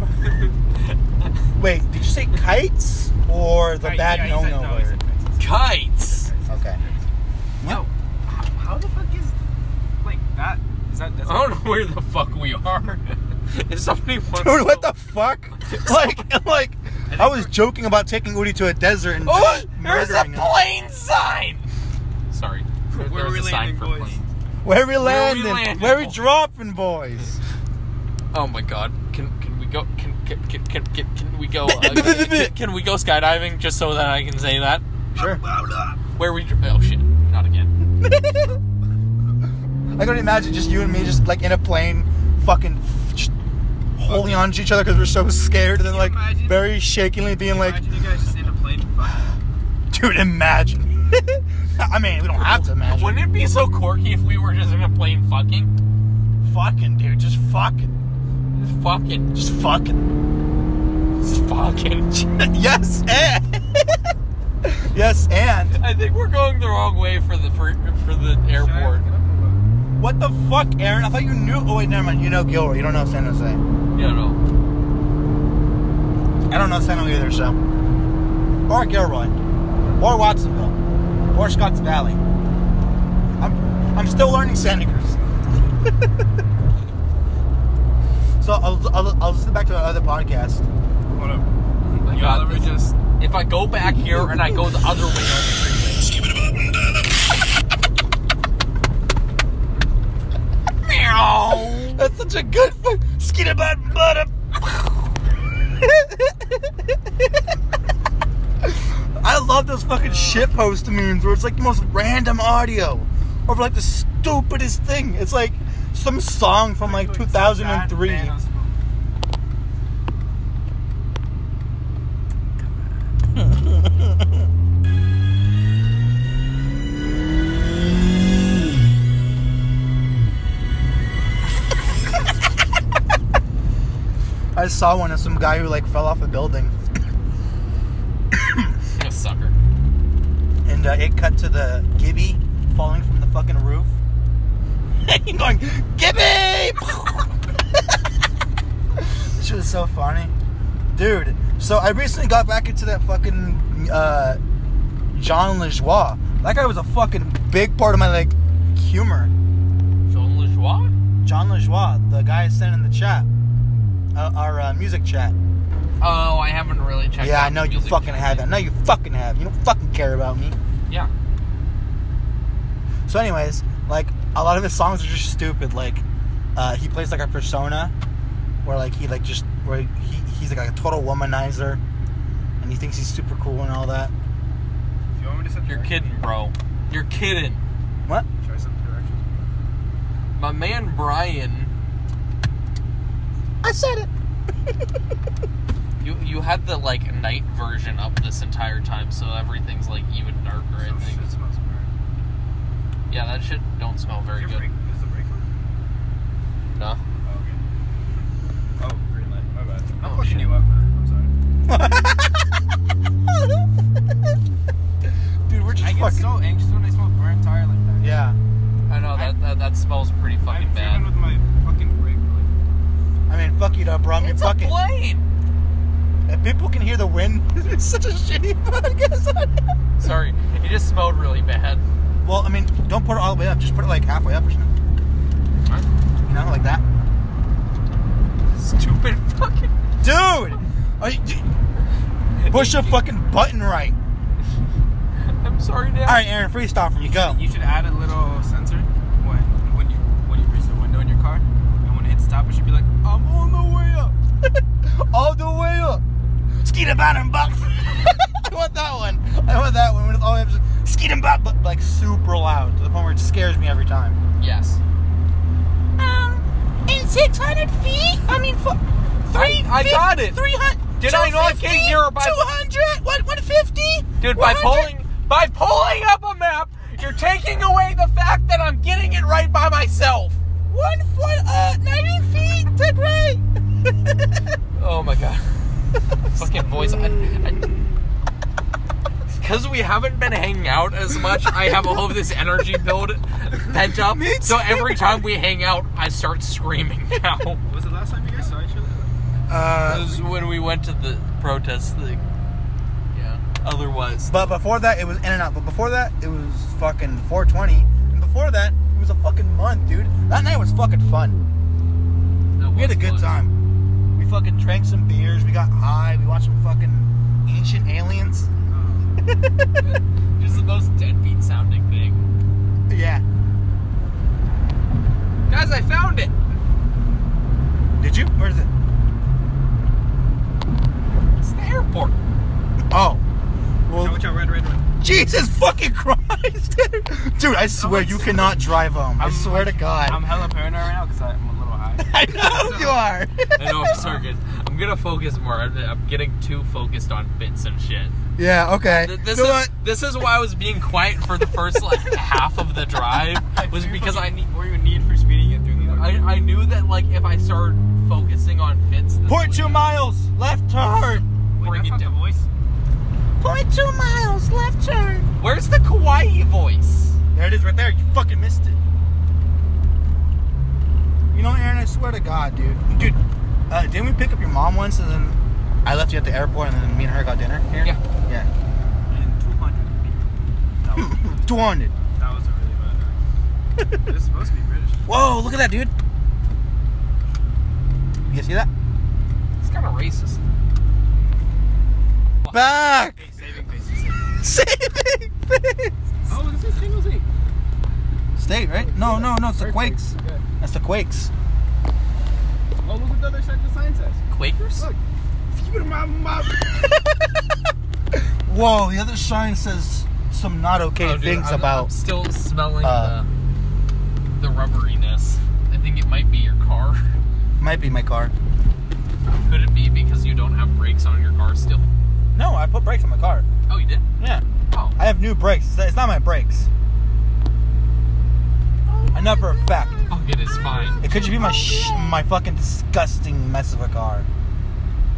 [SPEAKER 2] wait, did you say kites or the
[SPEAKER 3] Right,
[SPEAKER 2] bad
[SPEAKER 3] yeah, he said-
[SPEAKER 2] no-no
[SPEAKER 3] no, he
[SPEAKER 2] word?
[SPEAKER 3] said fences.
[SPEAKER 1] Kites.
[SPEAKER 2] Okay.
[SPEAKER 3] Yo, how, how the fuck is like that? Is that that's
[SPEAKER 1] I don't know where the fuck we are. if somebody wants,
[SPEAKER 2] Dude, what
[SPEAKER 1] to-
[SPEAKER 2] the fuck? like, like, I, was joking about taking Udi to a desert and
[SPEAKER 1] Oh,
[SPEAKER 2] just
[SPEAKER 1] there's a
[SPEAKER 2] murdering him.
[SPEAKER 1] plane sign. Sorry, there,
[SPEAKER 3] We're
[SPEAKER 1] there's a
[SPEAKER 3] really
[SPEAKER 1] sign
[SPEAKER 3] in
[SPEAKER 1] for
[SPEAKER 3] voice.
[SPEAKER 1] planes.
[SPEAKER 2] Where we landing? Where we,
[SPEAKER 1] landing, boys?
[SPEAKER 2] dropping, boys?
[SPEAKER 1] Oh my god. Can can we go can can can can, can, can we go uh, can, can we go skydiving just so that I can say that?
[SPEAKER 2] Sure.
[SPEAKER 1] Where we dr- Oh shit. Not again.
[SPEAKER 2] I can imagine just you and me, just like in a plane, fucking f- just holding on to each other because we're so scared, and then
[SPEAKER 3] you
[SPEAKER 2] like
[SPEAKER 3] imagine?
[SPEAKER 2] very shakingly being like,
[SPEAKER 3] Imagine you guys just in a plane fight.
[SPEAKER 2] "Dude, imagine." I mean, we don't have to imagine.
[SPEAKER 1] Wouldn't it be so quirky if we were just in a plane fucking?
[SPEAKER 2] fucking, dude, just fucking,
[SPEAKER 1] Just fucking.
[SPEAKER 2] just fucking.
[SPEAKER 1] Just fucking.
[SPEAKER 2] yes, and yes, and
[SPEAKER 1] I think we're going the wrong way for the for, for the airport.
[SPEAKER 2] what the fuck, Aaron? I thought you knew. Oh wait, never mind. You know Gilroy. You don't know San Jose.
[SPEAKER 1] Yeah, no.
[SPEAKER 2] I don't know San Jose either, so. Or Gilroy. Or Watsonville. Or Scotts Valley. I'm, I'm still learning Santa Cruz. so I'll, I'll, I'll listen back to our other podcast.
[SPEAKER 3] What up?
[SPEAKER 1] I
[SPEAKER 3] Y'all
[SPEAKER 1] got
[SPEAKER 3] ever
[SPEAKER 1] this.
[SPEAKER 3] just
[SPEAKER 1] If I go back here and I go the other way on the freeway. Meow.
[SPEAKER 2] That's such a good fuck. Skidabad butter. I love those fucking shitpost memes where it's like the most random audio or like the stupidest thing. It's like some song from like 2003. I saw one of some guy who like fell off a building
[SPEAKER 1] You sucker.
[SPEAKER 2] and uh, it cut to the Gibby falling from the fucking roof. and going, Gibby! this shit is so funny. Dude, so I recently got back into that fucking uh, John Lejoie. That guy was a fucking big part of my like humor.
[SPEAKER 1] Jean Lejoie?
[SPEAKER 2] John Lejoie, the guy I sent in the chat, uh, our uh, music chat.
[SPEAKER 1] Oh, I haven't really checked.
[SPEAKER 2] yeah,
[SPEAKER 1] out
[SPEAKER 2] I know
[SPEAKER 1] the
[SPEAKER 2] you
[SPEAKER 1] music
[SPEAKER 2] fucking
[SPEAKER 1] channel.
[SPEAKER 2] have. I know you fucking have. You don't fucking care about me.
[SPEAKER 1] Yeah.
[SPEAKER 2] So, anyways, like a lot of his songs are just stupid. Like uh, he plays like a persona, where like he like just where he, he's like a total womanizer, and he thinks he's super cool and all that.
[SPEAKER 3] You want me to send
[SPEAKER 1] You're kidding, bro. You're kidding.
[SPEAKER 2] What?
[SPEAKER 3] Try some directions.
[SPEAKER 1] My man Brian,
[SPEAKER 2] I said it.
[SPEAKER 1] you you had the like night version up this entire time, so everything's like even darker. I
[SPEAKER 3] Some
[SPEAKER 1] think.
[SPEAKER 3] shit smells weird.
[SPEAKER 1] Yeah, that shit don't smell very
[SPEAKER 3] Is your
[SPEAKER 1] good.
[SPEAKER 3] brake- Is the brake on?
[SPEAKER 1] No.
[SPEAKER 3] Oh, okay. Oh, green light. My bad. I'm
[SPEAKER 1] Oh,
[SPEAKER 3] fucking
[SPEAKER 1] shit.
[SPEAKER 3] you up, man. I'm sorry.
[SPEAKER 2] Dude, we're just fucking.
[SPEAKER 3] anxious when I smell burnt tire like that.
[SPEAKER 2] yeah.
[SPEAKER 1] I know that that, that smells pretty fucking
[SPEAKER 3] I've
[SPEAKER 1] bad.
[SPEAKER 3] driven with my fucking brake for like
[SPEAKER 2] I mean, fuck you, though, bro. I mean,
[SPEAKER 1] it's a
[SPEAKER 2] fuck it.
[SPEAKER 1] plane.
[SPEAKER 2] If people can hear the wind, it's such a shitty podcast.
[SPEAKER 1] Sorry, it just smelled really bad.
[SPEAKER 2] well, I mean, don't put it all the way up. Just put it like halfway up or something. You know, like that.
[SPEAKER 1] Stupid fucking.
[SPEAKER 2] Dude! Are you, push the fucking button right.
[SPEAKER 1] I'm sorry, Dad.
[SPEAKER 2] Alright, Aaron, freestyle from you. Go.
[SPEAKER 3] You should add a little sensor when when you when you reach the window in your car, and when it hits stop, it should be like, "I'm on the way up."
[SPEAKER 2] All the way up. Skeet about and buck. I want that one. I want that one. When it's all the way up, skeet and buck, but like super loud to the point where it scares me every time.
[SPEAKER 1] Yes.
[SPEAKER 2] Um, in 600 feet? I mean, for
[SPEAKER 1] I- I got it.
[SPEAKER 2] 300.
[SPEAKER 1] Did I not get
[SPEAKER 2] 250?
[SPEAKER 1] here by-
[SPEAKER 2] 200? What, 150?
[SPEAKER 1] Dude, by
[SPEAKER 2] 100?
[SPEAKER 1] pulling by pulling up a map, you're taking away the fact that I'm getting it right by myself.
[SPEAKER 2] One foot, uh, 90 feet to right.
[SPEAKER 1] Oh my god. Fucking voice. Because we haven't been hanging out as much, I have all of this energy build pent up.
[SPEAKER 2] Me
[SPEAKER 1] So
[SPEAKER 2] too.
[SPEAKER 1] every time we hang out, I start screaming now.
[SPEAKER 3] Was the last time you guys saw each other?
[SPEAKER 1] That
[SPEAKER 2] Uh,
[SPEAKER 1] was when we went to the protest thing. Yeah. Otherwise.
[SPEAKER 2] but before that, it was in and out. But before that, it was fucking 420. And before that, it was a fucking month, dude. That night was fucking fun. We had a good time. We fucking drank some beers. We got high. We watched some fucking ancient aliens.
[SPEAKER 3] Um,
[SPEAKER 1] Just the most deadbeat sounding thing.
[SPEAKER 2] Yeah.
[SPEAKER 1] Guys, I found it.
[SPEAKER 2] Did you? Where is it?
[SPEAKER 1] It's the airport.
[SPEAKER 2] Oh. Well,
[SPEAKER 3] Watch out, red, red, red.
[SPEAKER 2] Jesus fucking Christ, dude! Dude, I swear you cannot drive home. I
[SPEAKER 3] I'm-
[SPEAKER 2] swear to God.
[SPEAKER 3] I'm hella paranoid right now because I'm a little high.
[SPEAKER 2] I know you are.
[SPEAKER 1] I know I'm circus. I'm gonna focus more. I'm, I'm getting too focused on bits and shit.
[SPEAKER 2] yeah. Okay.
[SPEAKER 1] Th- This
[SPEAKER 2] You know
[SPEAKER 1] is this is why I was being quiet for the first like half of the drive was because I need.
[SPEAKER 3] need or you need for speeding it through the
[SPEAKER 1] I, I knew that like if I started focusing on bits, this
[SPEAKER 2] what?
[SPEAKER 1] would
[SPEAKER 2] Point two miles left turn.
[SPEAKER 3] Wait,
[SPEAKER 1] bring
[SPEAKER 3] that's
[SPEAKER 1] it
[SPEAKER 3] not the
[SPEAKER 1] down.
[SPEAKER 3] voice.
[SPEAKER 2] Point two miles left turn.
[SPEAKER 1] Where's the kawaii voice?
[SPEAKER 2] There it is, right there. You fucking missed it. You know, Aaron, I swear to God, dude. Dude, uh, didn't we pick up your mom once, and then I left you at the airport, and then me and her got dinner here?
[SPEAKER 1] Yeah.
[SPEAKER 2] Yeah.
[SPEAKER 3] In 200 feet. That was,
[SPEAKER 2] Two hundred.
[SPEAKER 3] that was a really bad accent. It's supposed to be British.
[SPEAKER 2] Whoa! Look at that, dude. You see that?
[SPEAKER 1] It's kind of racist.
[SPEAKER 2] Back.
[SPEAKER 3] Hey, saving faces.
[SPEAKER 2] Saving face.
[SPEAKER 3] Oh, this is single Z.
[SPEAKER 2] State, right? No, no, no. It's the Quakes. That's the Quakes.
[SPEAKER 3] Oh, look what the other side of the sign says.
[SPEAKER 1] Quakers?
[SPEAKER 3] Look. Keep it in my mouth.
[SPEAKER 2] Whoa, the other sign says some not okay
[SPEAKER 1] Oh, dude,
[SPEAKER 2] things
[SPEAKER 1] I'm- I'm
[SPEAKER 2] about.
[SPEAKER 1] still smelling
[SPEAKER 2] uh,
[SPEAKER 1] the the rubberiness. I think it might be your car.
[SPEAKER 2] Might be my car.
[SPEAKER 1] Could it be because you don't have brakes on your car still?
[SPEAKER 2] No, I put brakes on my car.
[SPEAKER 1] Oh, you did.
[SPEAKER 2] Yeah.
[SPEAKER 1] Oh,
[SPEAKER 2] I have new brakes. It's- It's not my brakes. I know for a fact.
[SPEAKER 1] fuck it is fine.
[SPEAKER 2] It could just be my sh- my fucking disgusting mess of a car.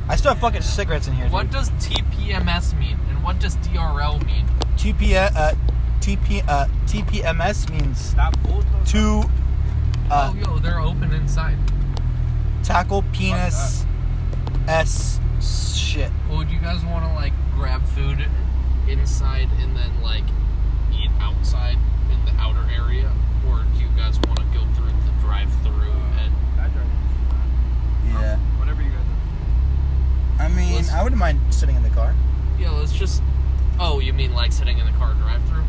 [SPEAKER 2] I still have fucking cigarettes in here.
[SPEAKER 1] What
[SPEAKER 2] dude.
[SPEAKER 1] does TPMS mean, and what does DRL mean?
[SPEAKER 2] TP uh, TP uh, TPMS means
[SPEAKER 3] Stop both those.
[SPEAKER 2] two uh,
[SPEAKER 1] oh, yo, they're open inside.
[SPEAKER 2] tackle penis s shit.
[SPEAKER 1] Well, would you guys want to like grab food inside and then like eat outside in the outer area, or do you guys want to go through the drive-through and?
[SPEAKER 3] I drive.
[SPEAKER 2] Yeah.
[SPEAKER 3] Whatever you guys do.
[SPEAKER 2] I mean,
[SPEAKER 1] Listen.
[SPEAKER 2] I wouldn't mind sitting in the car.
[SPEAKER 1] Yeah, let's just. Oh, you mean like sitting in the car drive through?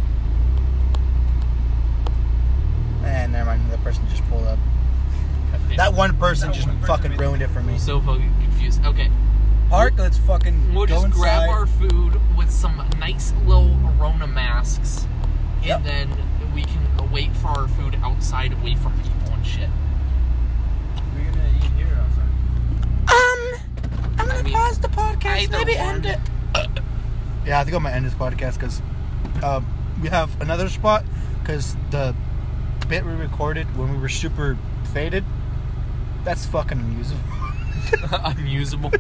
[SPEAKER 2] And never mind, that person just pulled up. That one person
[SPEAKER 3] That
[SPEAKER 2] just
[SPEAKER 3] one person
[SPEAKER 2] fucking
[SPEAKER 3] made-
[SPEAKER 2] ruined it for me.
[SPEAKER 1] I'm so fucking confused. Okay,
[SPEAKER 2] Park, let's fucking
[SPEAKER 1] we'll
[SPEAKER 2] go
[SPEAKER 1] just
[SPEAKER 2] inside.
[SPEAKER 1] grab our food with some nice little Rona masks,
[SPEAKER 2] Yep.
[SPEAKER 1] and then we can wait for our food outside, away from people and shit.
[SPEAKER 3] We're gonna eat here outside.
[SPEAKER 2] Um, I'm gonna
[SPEAKER 1] I mean,
[SPEAKER 2] pause the podcast.
[SPEAKER 1] either
[SPEAKER 2] Maybe
[SPEAKER 1] or.
[SPEAKER 2] end it. yeah, I think I'm gonna end this podcast because um, we have another spot because the bit we recorded when we were super faded. That's fucking amusing.
[SPEAKER 1] Unusable.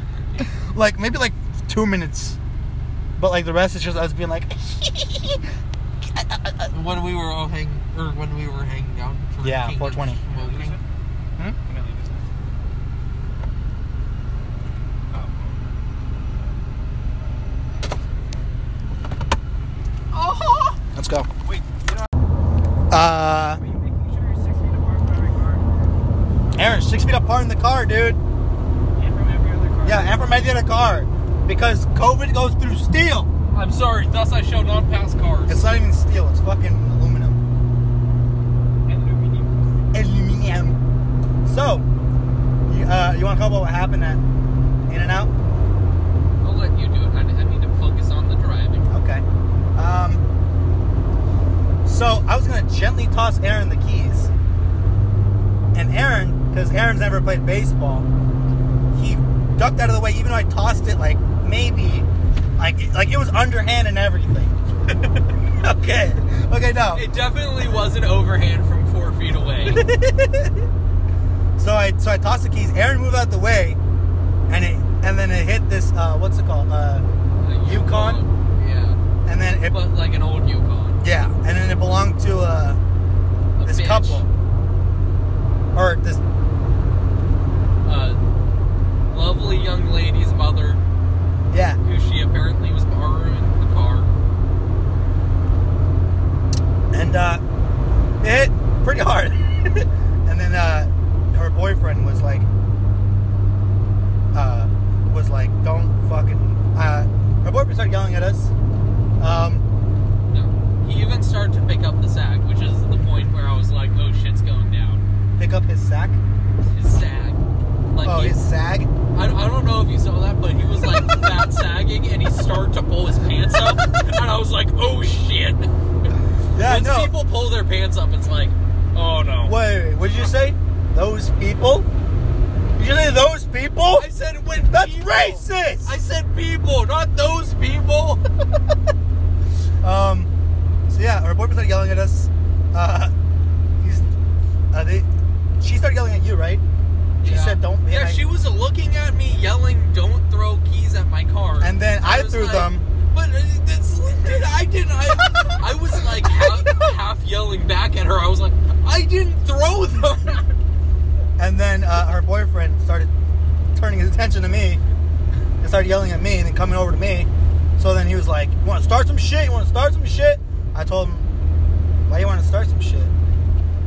[SPEAKER 2] like maybe like two minutes, but like the rest is just us being like,
[SPEAKER 1] Uh, when we were all hang, or when we were hanging out.
[SPEAKER 2] Yeah,
[SPEAKER 1] drinking and
[SPEAKER 2] 420.
[SPEAKER 1] smoking.
[SPEAKER 3] Can I leave this?
[SPEAKER 1] Oh,
[SPEAKER 2] let's go.
[SPEAKER 3] Oh, wait. You know,
[SPEAKER 2] Uh,
[SPEAKER 3] are you making sure you're six feet apart from every car
[SPEAKER 2] Aaron, six feet apart in the car, dude.
[SPEAKER 3] and from every other car?
[SPEAKER 2] Yeah, and from every other car because COVID goes through steel.
[SPEAKER 1] I'm sorry. Thus, I shall not pass cars.
[SPEAKER 2] It's not even steel. It's fucking aluminum.
[SPEAKER 3] And aluminum.
[SPEAKER 2] aluminum. So, you, uh, you want to talk about what happened at In and Out?
[SPEAKER 1] I'll let you do it. I, I need to focus on the driving.
[SPEAKER 2] Okay. Um, so I was gonna gently toss Aaron the keys, and Aaron, because Aaron's never played baseball, he ducked out of the way. Even though I tossed it, like maybe, like like it was underhand and everything. okay. Okay. No.
[SPEAKER 1] It definitely was an overhand from four feet away.
[SPEAKER 2] So I so I tossed the keys. Aaron moved out the way, and it and then it hit this uh, what's it called? Uh,
[SPEAKER 1] A
[SPEAKER 2] Yukon?
[SPEAKER 1] Yukon, Yeah,
[SPEAKER 2] and then it
[SPEAKER 1] but like an old Yukon.
[SPEAKER 2] yeah, and then it belonged to uh,
[SPEAKER 1] A
[SPEAKER 2] this
[SPEAKER 1] bitch.
[SPEAKER 2] couple or this
[SPEAKER 1] A Uh, lovely young lady's mother,
[SPEAKER 2] yeah.
[SPEAKER 1] who she apparently was borrowing the car.
[SPEAKER 2] and uh, it hit pretty hard. and then uh, her boyfriend was like, uh, was like, don't fucking. Uh, her boyfriend started yelling at us. Um,
[SPEAKER 1] No, he even started to pick up the sack, which is the point where I was like, "Oh shit's going down."
[SPEAKER 2] his sack.
[SPEAKER 1] His sag. Like
[SPEAKER 2] oh,
[SPEAKER 1] he,
[SPEAKER 2] his sag.
[SPEAKER 1] I, I don't know if you saw that, but he was like fat sagging, and he started to pull his pants up, and I was like, "Oh shit!"
[SPEAKER 2] Yeah,
[SPEAKER 1] Once
[SPEAKER 2] no.
[SPEAKER 1] people pull their pants up, it's like, "Oh no."
[SPEAKER 2] Wait, wait, what did you say? Those people? Did you say those people?
[SPEAKER 1] I said when
[SPEAKER 2] That's
[SPEAKER 1] people.
[SPEAKER 2] racist.
[SPEAKER 1] I said people, not those people.
[SPEAKER 2] Um, so yeah, our boyfriend started yelling at us. Uh, he's, uh, they, she started yelling at you, right? She
[SPEAKER 1] Yeah.
[SPEAKER 2] said, "Don't."
[SPEAKER 1] Yeah,
[SPEAKER 2] and I-
[SPEAKER 1] she was looking at me, yelling, "Don't throw keys at my car."
[SPEAKER 2] And then I,
[SPEAKER 1] was
[SPEAKER 2] threw
[SPEAKER 1] like,
[SPEAKER 2] them.
[SPEAKER 1] But uh, that's, dude, I didn't. I, I was like half, half yelling back at her. I was like, I didn't throw them.
[SPEAKER 2] And then uh, her boyfriend started turning his attention to me and started yelling at me and then coming over to me. So then he was like, You want to start some shit? You want to start some shit? I told him, Why you want to start some shit?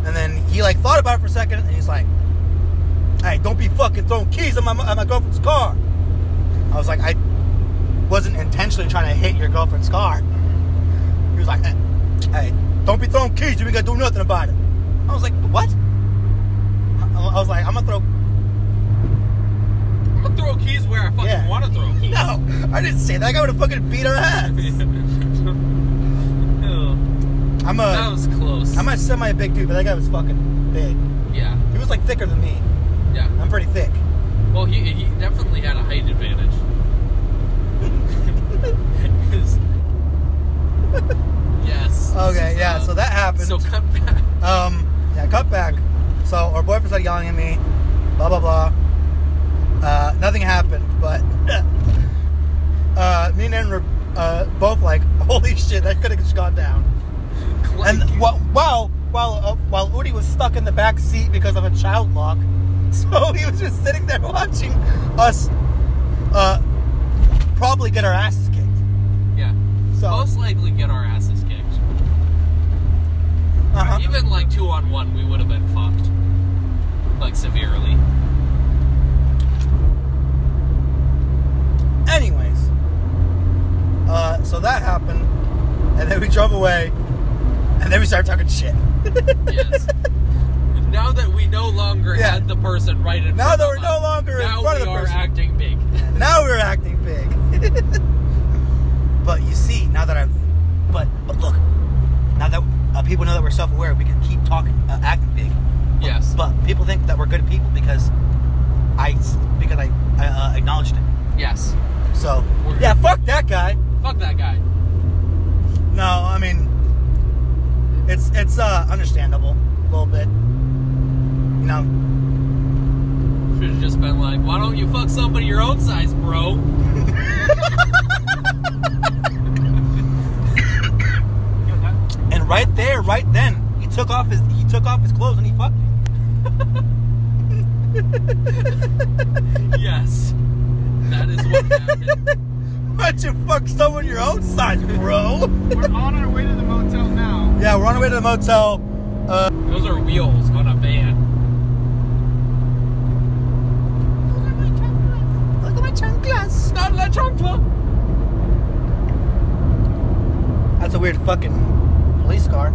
[SPEAKER 2] And then he like thought about it for a second and he's like, Hey, don't be fucking throwing keys at my, at my girlfriend's car. I was like, I wasn't intentionally trying to hit your girlfriend's car. He was like, Hey, hey, don't be throwing keys. You ain't gonna do nothing about it. I was like, What? I I was like, I'm gonna throw
[SPEAKER 1] I'm gonna throw keys where I fucking
[SPEAKER 2] Yeah.
[SPEAKER 1] want to throw keys.
[SPEAKER 2] No, I didn't say that. I would have fucking beat her ass.
[SPEAKER 1] Oh,
[SPEAKER 2] I'm
[SPEAKER 1] that
[SPEAKER 2] a,
[SPEAKER 1] was close.
[SPEAKER 2] I'm a semi-big dude, but that guy was fucking big.
[SPEAKER 1] yeah,
[SPEAKER 2] He was like thicker than me.
[SPEAKER 1] yeah.
[SPEAKER 2] I'm pretty thick.
[SPEAKER 1] Well, he, he definitely had a height advantage. 'Cause- yes. this
[SPEAKER 2] Okay,
[SPEAKER 1] is,
[SPEAKER 2] yeah.
[SPEAKER 1] uh,
[SPEAKER 2] So that happened.
[SPEAKER 1] So come back.
[SPEAKER 2] um, yeah, cut back. So our boyfriend started yelling at me. Blah blah blah. Uh, nothing happened, but uh, me and Aaron were uh, both like, "Holy shit, that could have just gone down."
[SPEAKER 1] Clank.
[SPEAKER 2] And while while while uh, while Udi was stuck in the back seat because of a child lock, so he was just sitting there watching us uh, probably get our asses kicked.
[SPEAKER 1] yeah.
[SPEAKER 2] So
[SPEAKER 1] Most likely get our asses kicked.
[SPEAKER 2] uh-huh.
[SPEAKER 1] Even like two on one, we would have been fucked. Like severely.
[SPEAKER 2] anyways, uh, so that happened, and then we drove away, and then we started talking shit.
[SPEAKER 1] Yes. now that we no longer
[SPEAKER 2] Yeah.
[SPEAKER 1] had the person right in
[SPEAKER 2] Now
[SPEAKER 1] front
[SPEAKER 2] that
[SPEAKER 1] of
[SPEAKER 2] we're
[SPEAKER 1] us,
[SPEAKER 2] no longer in
[SPEAKER 1] now
[SPEAKER 2] front of
[SPEAKER 1] we
[SPEAKER 2] the
[SPEAKER 1] are
[SPEAKER 2] person.
[SPEAKER 1] acting big.
[SPEAKER 2] now we're acting big. but you see, now that I've, but but look, now that uh, people know that we're self-aware, we can keep talking, uh, acting big.
[SPEAKER 1] Yes.
[SPEAKER 2] But people think that we're good people because I s- because I, I uh, acknowledged it.
[SPEAKER 1] Yes.
[SPEAKER 2] So
[SPEAKER 1] We're-
[SPEAKER 2] yeah, fuck that guy.
[SPEAKER 1] Fuck that guy.
[SPEAKER 2] No, I mean, it's it's uh, understandable a little bit. You know,
[SPEAKER 1] Should have just been like, why don't you fuck somebody your own size, bro?
[SPEAKER 3] Yo, that,
[SPEAKER 2] and right there, right then, he took off his he took off his clothes and he fucked me.
[SPEAKER 1] yes. That is what happened.
[SPEAKER 2] Why'd you fuck someone your own size, bro?
[SPEAKER 3] we're on our way to the motel now.
[SPEAKER 2] yeah, we're on our way to the motel.
[SPEAKER 1] Those are wheels on a van.
[SPEAKER 2] Look at my chanclas.
[SPEAKER 1] Not la chancla.
[SPEAKER 2] That's a weird fucking police car.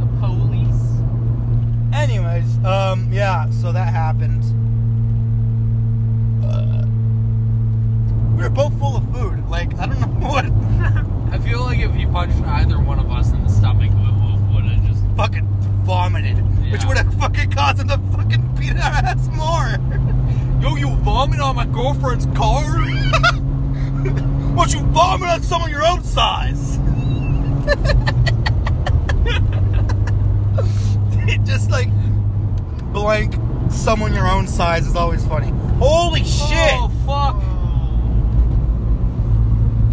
[SPEAKER 1] The police.
[SPEAKER 2] Anyways, um, yeah, so that happened. Uh, we were both full of food. Like, I don't know what
[SPEAKER 1] I feel like if you punched either one of us in the stomach, we would have just.
[SPEAKER 2] fucking vomited, which
[SPEAKER 1] Yeah.
[SPEAKER 2] would have fucking caused him to fucking beat our ass more.
[SPEAKER 1] Yo, you vomit on my girlfriend's car?
[SPEAKER 2] What you vomit on someone your own size? Just like blank, someone your own size is always funny. Holy shit!
[SPEAKER 1] Oh, fuck.
[SPEAKER 3] Oh.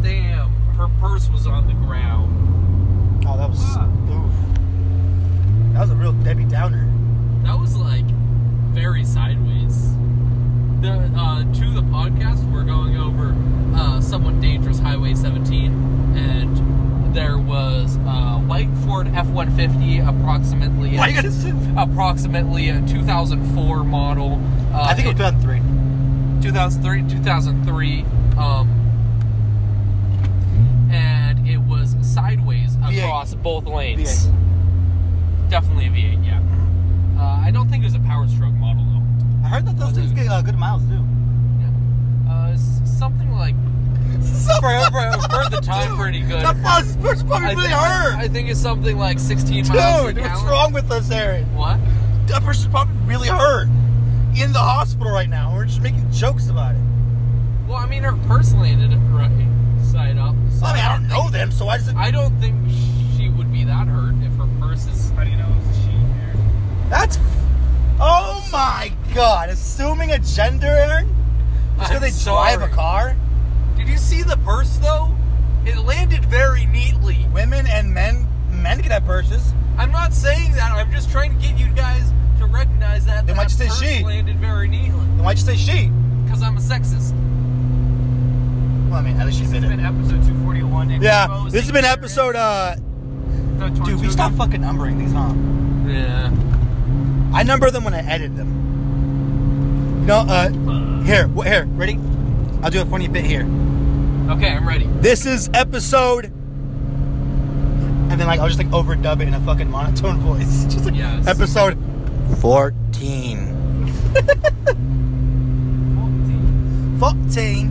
[SPEAKER 1] Damn. Her purse was on the ground.
[SPEAKER 2] Oh, that was oof. That was a real Debbie Downer.
[SPEAKER 1] That was like very sideways. The, uh, to the podcast, we're going over uh, somewhat dangerous Highway 17, and there was a white Ford F 150, approximately.
[SPEAKER 2] Why you gotta say?
[SPEAKER 1] approximately a 2004 model. Uh,
[SPEAKER 2] I think it was 2003.
[SPEAKER 1] 2003, 2003. Um, and it was sideways
[SPEAKER 2] V8.
[SPEAKER 1] across both lanes.
[SPEAKER 2] V8.
[SPEAKER 1] Definitely a V8, yeah. Uh, Howard's truck model though.
[SPEAKER 2] I heard that those things get uh, good miles too.
[SPEAKER 1] Yeah. Uh, s- something like
[SPEAKER 2] for,
[SPEAKER 1] for the time, pretty good.
[SPEAKER 2] That was first probably
[SPEAKER 1] I,
[SPEAKER 2] really
[SPEAKER 1] thi-
[SPEAKER 2] hurt.
[SPEAKER 1] I think it's something like 16 miles a
[SPEAKER 2] Dude, what's
[SPEAKER 1] gallon.
[SPEAKER 2] wrong with us, Aaron?
[SPEAKER 1] What?
[SPEAKER 2] That person's probably really hurt. In the hospital right now. We're just making jokes about it.
[SPEAKER 1] Well, I mean, her purse landed right side up. So
[SPEAKER 2] I mean, I don't know
[SPEAKER 1] think-
[SPEAKER 2] them, so why does it?
[SPEAKER 1] I don't think she would be that hurt if her purse is.
[SPEAKER 3] How do you know it's a she here?
[SPEAKER 2] That's. Oh my God! Assuming a gender, Aaron? Just
[SPEAKER 1] I'm
[SPEAKER 2] because they drive
[SPEAKER 1] sorry.
[SPEAKER 2] a car?
[SPEAKER 1] Did you see the purse though? It landed very neatly.
[SPEAKER 2] Women and men, men can have purses.
[SPEAKER 1] I'm not saying that. I'm just trying to get you guys to recognize that.
[SPEAKER 2] Then
[SPEAKER 1] that
[SPEAKER 2] why'd you say
[SPEAKER 1] purse
[SPEAKER 2] she?
[SPEAKER 1] landed very neatly.
[SPEAKER 2] Then why'd you say she?
[SPEAKER 1] Because I'm a sexist.
[SPEAKER 2] Well, I mean, at least she
[SPEAKER 3] This
[SPEAKER 2] did
[SPEAKER 3] has been
[SPEAKER 2] it.
[SPEAKER 3] episode 241.
[SPEAKER 2] Yeah,
[SPEAKER 3] exposing
[SPEAKER 2] this has been
[SPEAKER 3] Aaron.
[SPEAKER 2] episode. uh...
[SPEAKER 3] The
[SPEAKER 2] Dude, we
[SPEAKER 3] tortured-
[SPEAKER 2] stop fucking numbering these, huh?
[SPEAKER 1] Yeah.
[SPEAKER 2] I number them when I edit them. You know, uh, here, wh- here, ready? I'll do a funny bit here.
[SPEAKER 1] Okay, I'm ready.
[SPEAKER 2] This is episode, and then like I'll just like overdub it in a fucking monotone voice. Just like
[SPEAKER 1] Yes.
[SPEAKER 2] episode fourteen.
[SPEAKER 3] 14.
[SPEAKER 2] Fourteen.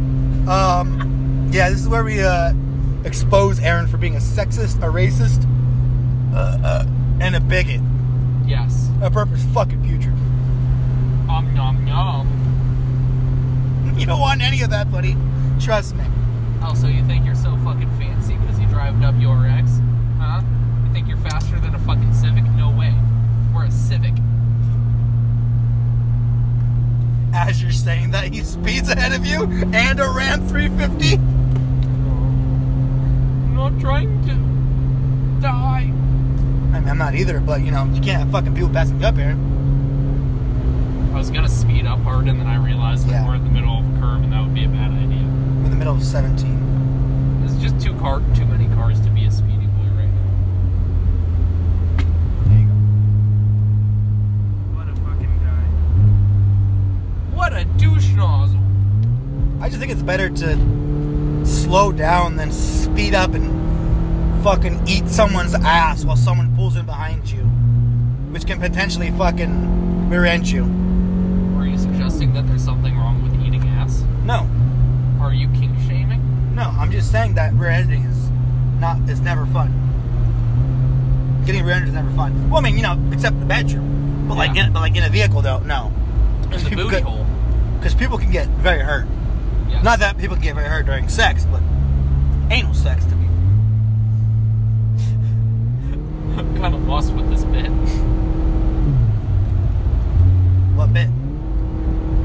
[SPEAKER 2] Um, yeah, this is where we uh expose Aaron for being a sexist, a racist, uh, uh, and a bigot.
[SPEAKER 1] Yes.
[SPEAKER 2] A purpose fucking future.
[SPEAKER 1] Om nom nom.
[SPEAKER 2] You don't want any of that, buddy. Trust me.
[SPEAKER 1] Also, you think you're so fucking fancy because you drive WRX? Huh? You think you're faster than a fucking Civic? No way. We're a Civic.
[SPEAKER 2] as you're saying that he speeds ahead of you and a Ram 350?
[SPEAKER 1] I'm not trying to die.
[SPEAKER 2] I mean, I'm not either, but you know, you can't have fucking people passing you up here.
[SPEAKER 1] I was gonna speed up hard and then I realized that
[SPEAKER 2] Yeah.
[SPEAKER 1] we're in the middle of a curve and that would be a bad idea.
[SPEAKER 2] We're in the middle of 17.
[SPEAKER 1] There's just too car too many cars to be a speedy boy right now.
[SPEAKER 2] There you go.
[SPEAKER 3] What a fucking guy.
[SPEAKER 1] What a douche nozzle.
[SPEAKER 2] I just think it's better to slow down than speed up and fucking eat someone's ass while someone pulls in behind you, which can potentially fucking rear end you.
[SPEAKER 1] Were you suggesting that there's something wrong with eating ass?
[SPEAKER 2] No,
[SPEAKER 1] Are you kink shaming?
[SPEAKER 2] no, I'm just saying that rear ending is not, is never fun. Getting rear ended is never fun. Well, I mean, you know, except the bedroom. But like,
[SPEAKER 1] Yeah.
[SPEAKER 2] in, but like in a vehicle though, no.
[SPEAKER 1] In the
[SPEAKER 2] You
[SPEAKER 1] booty
[SPEAKER 2] could-
[SPEAKER 1] hole.
[SPEAKER 2] Because people can get very hurt.
[SPEAKER 1] Yes.
[SPEAKER 2] Not that people can get very hurt during sex, but anal sex to be.
[SPEAKER 1] I'm kind of lost with this bit.
[SPEAKER 2] What bit?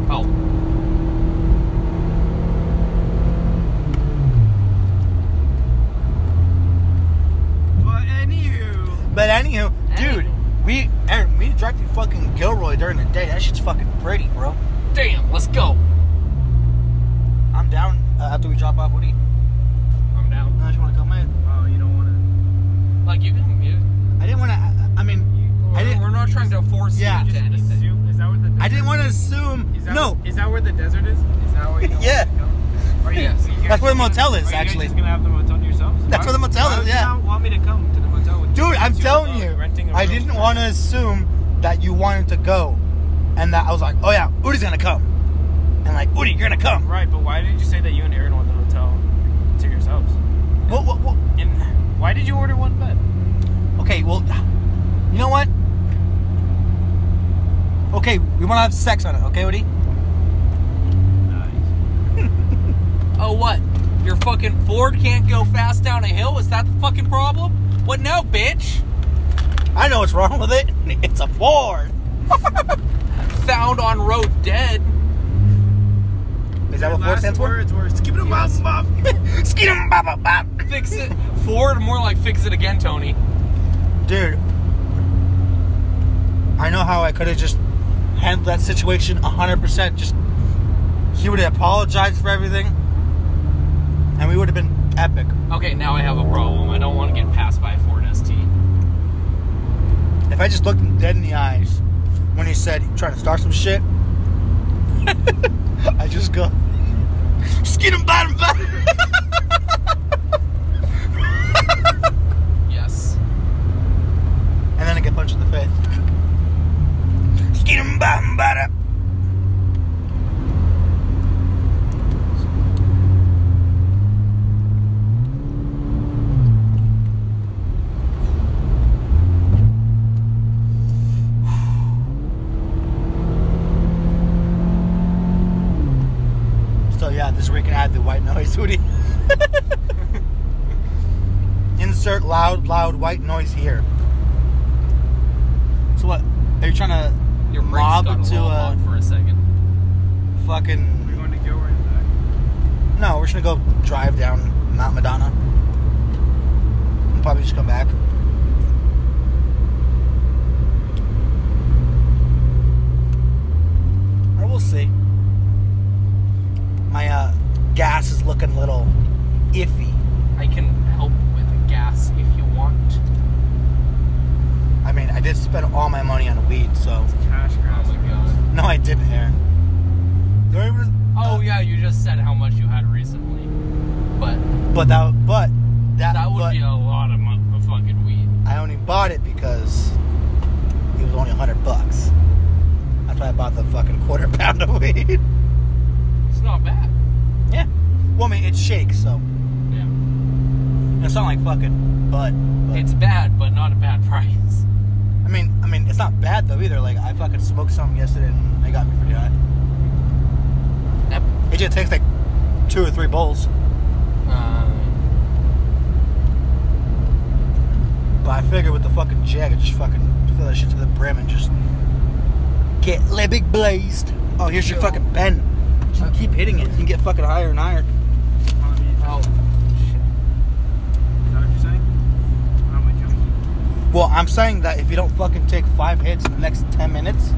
[SPEAKER 1] Oh.
[SPEAKER 3] But anywho,
[SPEAKER 2] But anywho, dude,
[SPEAKER 1] Anywho.
[SPEAKER 2] we Aaron, we directed fucking Gilroy during the day. That shit's fucking pretty, bro.
[SPEAKER 1] Damn, let's go.
[SPEAKER 2] I'm down uh, after we drop off Woody.
[SPEAKER 1] I'm down.
[SPEAKER 2] No, I just want to come in.
[SPEAKER 3] oh, you don't want to.
[SPEAKER 1] Like you can mute.
[SPEAKER 2] I didn't want to. I, I mean, I didn't-
[SPEAKER 1] We're not trying to force
[SPEAKER 2] Yeah.
[SPEAKER 1] you to anything.
[SPEAKER 3] Assume, is that where the desert
[SPEAKER 2] I didn't want to assume.
[SPEAKER 3] Is that,
[SPEAKER 2] No,
[SPEAKER 3] Is that where the desert is? Is that where you don't
[SPEAKER 2] Yeah.
[SPEAKER 3] want to go? Are you,
[SPEAKER 1] Yes.
[SPEAKER 3] are you guys
[SPEAKER 2] That's where the
[SPEAKER 3] gonna-
[SPEAKER 2] motel is,
[SPEAKER 3] are you guys
[SPEAKER 2] actually.
[SPEAKER 3] just gonna have the motel to yourselves?
[SPEAKER 2] That's
[SPEAKER 3] Why-
[SPEAKER 2] where the motel
[SPEAKER 3] why
[SPEAKER 2] is,
[SPEAKER 3] would
[SPEAKER 2] yeah.
[SPEAKER 3] You not want me to come to the motel with you?
[SPEAKER 2] dude, I'm
[SPEAKER 3] Since
[SPEAKER 2] telling
[SPEAKER 3] love
[SPEAKER 2] you,
[SPEAKER 3] uh, renting a
[SPEAKER 2] I
[SPEAKER 3] room.
[SPEAKER 2] didn't want to assume that you wanted to go, and that I was like, oh yeah, Woody's gonna come, and like Woody, you're gonna come.
[SPEAKER 3] Right, but why did you say that you and Aaron want the hotel to yourselves?
[SPEAKER 2] What? What? What?
[SPEAKER 3] And why did you order one bed?
[SPEAKER 2] Okay, well, you know what? Okay, we want to have sex on it, okay, Woody?
[SPEAKER 1] Oh what? Your fucking Ford can't go fast down a hill? Is that the fucking problem? What now, bitch?
[SPEAKER 2] I know what's wrong with it. It's a Ford.
[SPEAKER 1] Found on road dead.
[SPEAKER 2] Is that what Ford stands for?
[SPEAKER 3] Keep it a mouse, mom.
[SPEAKER 2] Skeetum bop bop bop.
[SPEAKER 1] Fix it. Ford, more like fix it again, Tony.
[SPEAKER 2] Dude, I know how I could have just handled that situation 100%. Just, he would have apologized for everything, and we would have been epic.
[SPEAKER 1] Okay, now I have a problem. I don't want to get passed by a Ford ST.
[SPEAKER 2] If I just looked him dead in the eyes when he said, "You trying to start some shit, I just go, skid him bottom bottom.
[SPEAKER 1] Yes.
[SPEAKER 2] and then I get punched in the face. Skid him bottom This is where you can add the white noise hoodie. Insert loud, loud white noise here. So what? Are you trying to
[SPEAKER 1] Your brakes
[SPEAKER 2] mob
[SPEAKER 1] got a
[SPEAKER 2] to uh,
[SPEAKER 1] little
[SPEAKER 2] a
[SPEAKER 1] hot for a second.
[SPEAKER 2] fucking?
[SPEAKER 3] We're going to Gilroy and back.
[SPEAKER 2] No, we're just gonna go drive down Mount Madonna. And probably just come back. Or we'll see. My uh, gas is looking a little iffy.
[SPEAKER 1] I can help with the gas if you want.
[SPEAKER 2] I mean, I did spend all my money on weed, so.
[SPEAKER 3] Cash grabs.
[SPEAKER 1] Oh god.
[SPEAKER 2] No, I didn't, Aaron. Do I remember-
[SPEAKER 1] Oh yeah, you just said how much you had recently, but
[SPEAKER 2] But that, but that,
[SPEAKER 1] that would
[SPEAKER 2] but
[SPEAKER 1] be a lot of, mo- of fucking weed.
[SPEAKER 2] I only bought it because it was only hundred bucks. That's why I bought the fucking quarter pound of weed.
[SPEAKER 1] It's not bad.
[SPEAKER 2] Yeah. Well, I mean, it shakes, so
[SPEAKER 1] Yeah.
[SPEAKER 2] it's not like fucking bud. but-
[SPEAKER 1] It's bad, but not a bad price.
[SPEAKER 2] I mean, I mean, it's not bad though either. Like I fucking smoked some yesterday, and they got me pretty high.
[SPEAKER 1] Yep.
[SPEAKER 2] It just takes like two or three bowls,
[SPEAKER 1] Uh,
[SPEAKER 2] but I figure with the fucking jag, I just fucking fill that shit to the brim and just get libig blazed. Oh, here's your
[SPEAKER 1] Yo.
[SPEAKER 2] fucking pen. Just keep hitting it. You can get fucking higher and higher.
[SPEAKER 3] How many is
[SPEAKER 1] oh, shit.
[SPEAKER 3] that what you're saying? How am I joking?
[SPEAKER 2] Well, I'm saying that if you don't fucking take five hits in the next 10 minutes,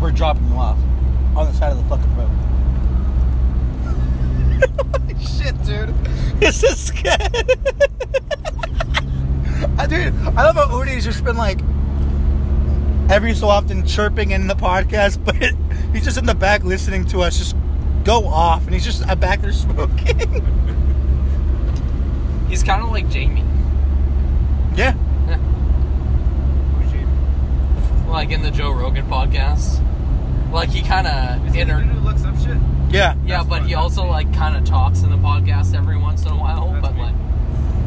[SPEAKER 2] we're dropping you off on the side of the fucking road. Holy shit, dude. This is scared. I, dude, I love how Udi's just been like every so often chirping in the podcast, but he's just in the back listening to us just go off, and he's just back there smoking.
[SPEAKER 1] He's kind of like Jamie.
[SPEAKER 2] yeah.
[SPEAKER 3] Who's Jamie?
[SPEAKER 1] like in the Joe Rogan podcast. Like he kind of
[SPEAKER 3] Is he the dude
[SPEAKER 1] inter.
[SPEAKER 3] who looks up shit?
[SPEAKER 2] Yeah.
[SPEAKER 1] Yeah,
[SPEAKER 3] That's
[SPEAKER 1] but
[SPEAKER 3] fun,
[SPEAKER 1] he
[SPEAKER 3] that's
[SPEAKER 1] also
[SPEAKER 3] me.
[SPEAKER 1] like kind of talks in the podcast every once in a while.
[SPEAKER 3] That's
[SPEAKER 1] But
[SPEAKER 3] me.
[SPEAKER 1] like,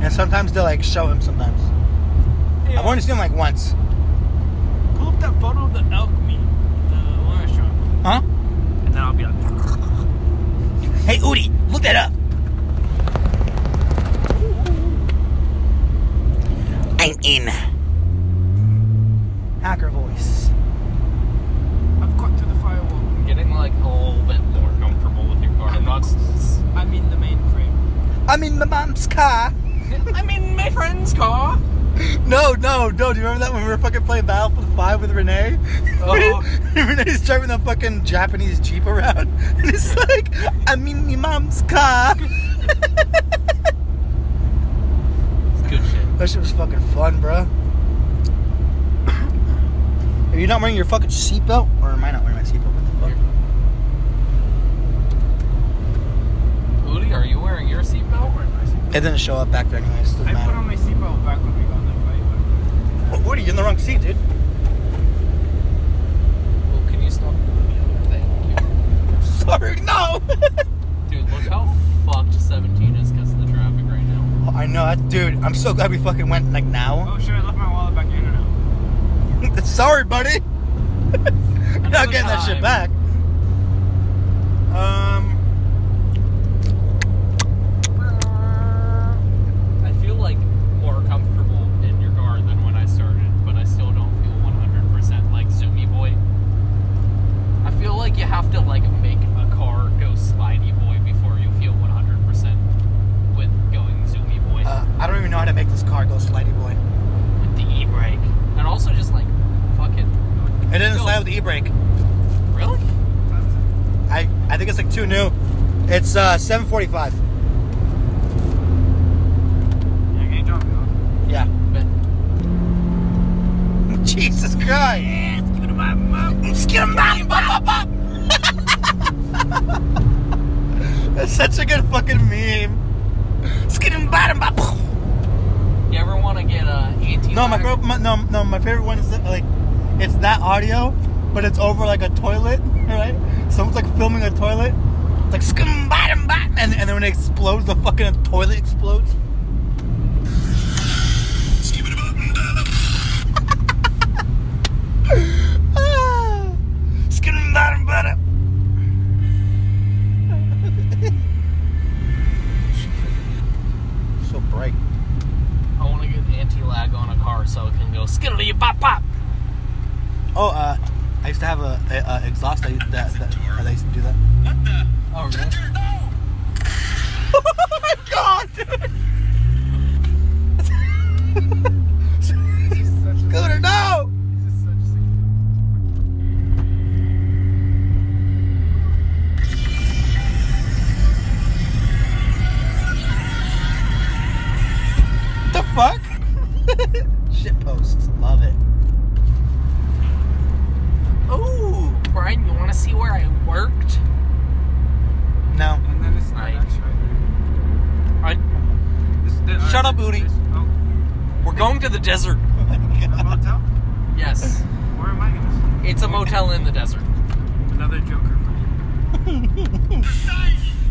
[SPEAKER 2] And sometimes they like show him sometimes. I've only seen him like once.
[SPEAKER 3] Pull up that photo of the elk meat at the restaurant.
[SPEAKER 2] Huh?
[SPEAKER 3] And then I'll be like,
[SPEAKER 2] Hey, Udi, look that up. I'm in. Hacker voice.
[SPEAKER 3] I've got through the firewall.
[SPEAKER 1] I'm getting like a little bit more comfortable with your car. I'm not. s- s-
[SPEAKER 3] I mean the mainframe.
[SPEAKER 2] I'm in my mom's car.
[SPEAKER 1] I'm in my friend's car.
[SPEAKER 2] No, no, no. Do you remember that when we were fucking playing Battlefield 5 with Renee?
[SPEAKER 1] Oh.
[SPEAKER 2] Renee's driving the fucking Japanese Jeep around. And it's like, I'm in my mom's car.
[SPEAKER 1] It's good shit.
[SPEAKER 2] That shit was fucking fun, bro. Are you not wearing your fucking seatbelt? Or am I not wearing my seatbelt? What the fuck?
[SPEAKER 1] Udi, are you wearing your
[SPEAKER 3] Don't
[SPEAKER 1] seatbelt?
[SPEAKER 3] worry, my seatbelt.
[SPEAKER 2] It didn't show up back there anyways. Doesn't
[SPEAKER 3] I put on
[SPEAKER 2] matter.
[SPEAKER 3] my seatbelt back when we got in that fight. back there.
[SPEAKER 2] Woody, you're in the wrong seat, dude.
[SPEAKER 1] Well, can you stop? Thank you.
[SPEAKER 2] Sorry, no!
[SPEAKER 1] Dude, look how fucked 17 is because of the traffic right now.
[SPEAKER 2] I know, that- dude. I'm so glad we fucking went like now.
[SPEAKER 3] Oh shit, I left my wallet back in and out.
[SPEAKER 2] Oh, Sorry, buddy. You're not
[SPEAKER 1] Another
[SPEAKER 2] getting that
[SPEAKER 1] time.
[SPEAKER 2] shit back. Um,
[SPEAKER 1] I feel like more comfortable in your car than when I started, but I still don't feel 100% like Zoomy Boy. I feel like you have to like make a car go slidey boy before you feel 100% with going Zoomy Boy
[SPEAKER 2] uh, I don't even know how to make this car go slidey, boy.
[SPEAKER 1] with the e-brake. And also just like fucking
[SPEAKER 2] It didn't
[SPEAKER 1] Go.
[SPEAKER 2] slide with the e-brake.
[SPEAKER 1] really?
[SPEAKER 2] I, I think it's like too new. It's uh 745.
[SPEAKER 3] You're gonna drop me off.
[SPEAKER 2] Yeah.
[SPEAKER 1] But
[SPEAKER 2] Jesus Christ. That's such a good fucking meme.
[SPEAKER 1] you ever want to get uh, a anti
[SPEAKER 2] No, my, girl, my no, no, my favorite one is that, like, it's that audio, but it's over like a toilet, right? Someone's like filming a toilet. It's like skim bottom bottom, and, and then when it explodes, the fucking toilet explodes. Ah, skim bottom bottom. Oh, uh, I used to have a, a, a exhaust that that, that, that I used to do that.
[SPEAKER 4] What the?
[SPEAKER 2] Oh, really?
[SPEAKER 4] No!
[SPEAKER 2] oh my god, Scooter, no! What the fuck? Shit posts, love it.
[SPEAKER 1] Oh, Brian, you want to see where I worked?
[SPEAKER 2] No.
[SPEAKER 3] And then it's not
[SPEAKER 1] Right.
[SPEAKER 3] actually right
[SPEAKER 1] I,
[SPEAKER 3] there. This- this-
[SPEAKER 2] Shut up,
[SPEAKER 3] this-
[SPEAKER 2] Udi.
[SPEAKER 3] this- Oh,
[SPEAKER 1] we're going to the desert.
[SPEAKER 2] Oh my
[SPEAKER 3] a
[SPEAKER 2] god.
[SPEAKER 3] motel?
[SPEAKER 1] Yes,
[SPEAKER 3] Where am I gonna
[SPEAKER 1] it's a motel in the desert.
[SPEAKER 3] Another joker for you.
[SPEAKER 4] They're dying!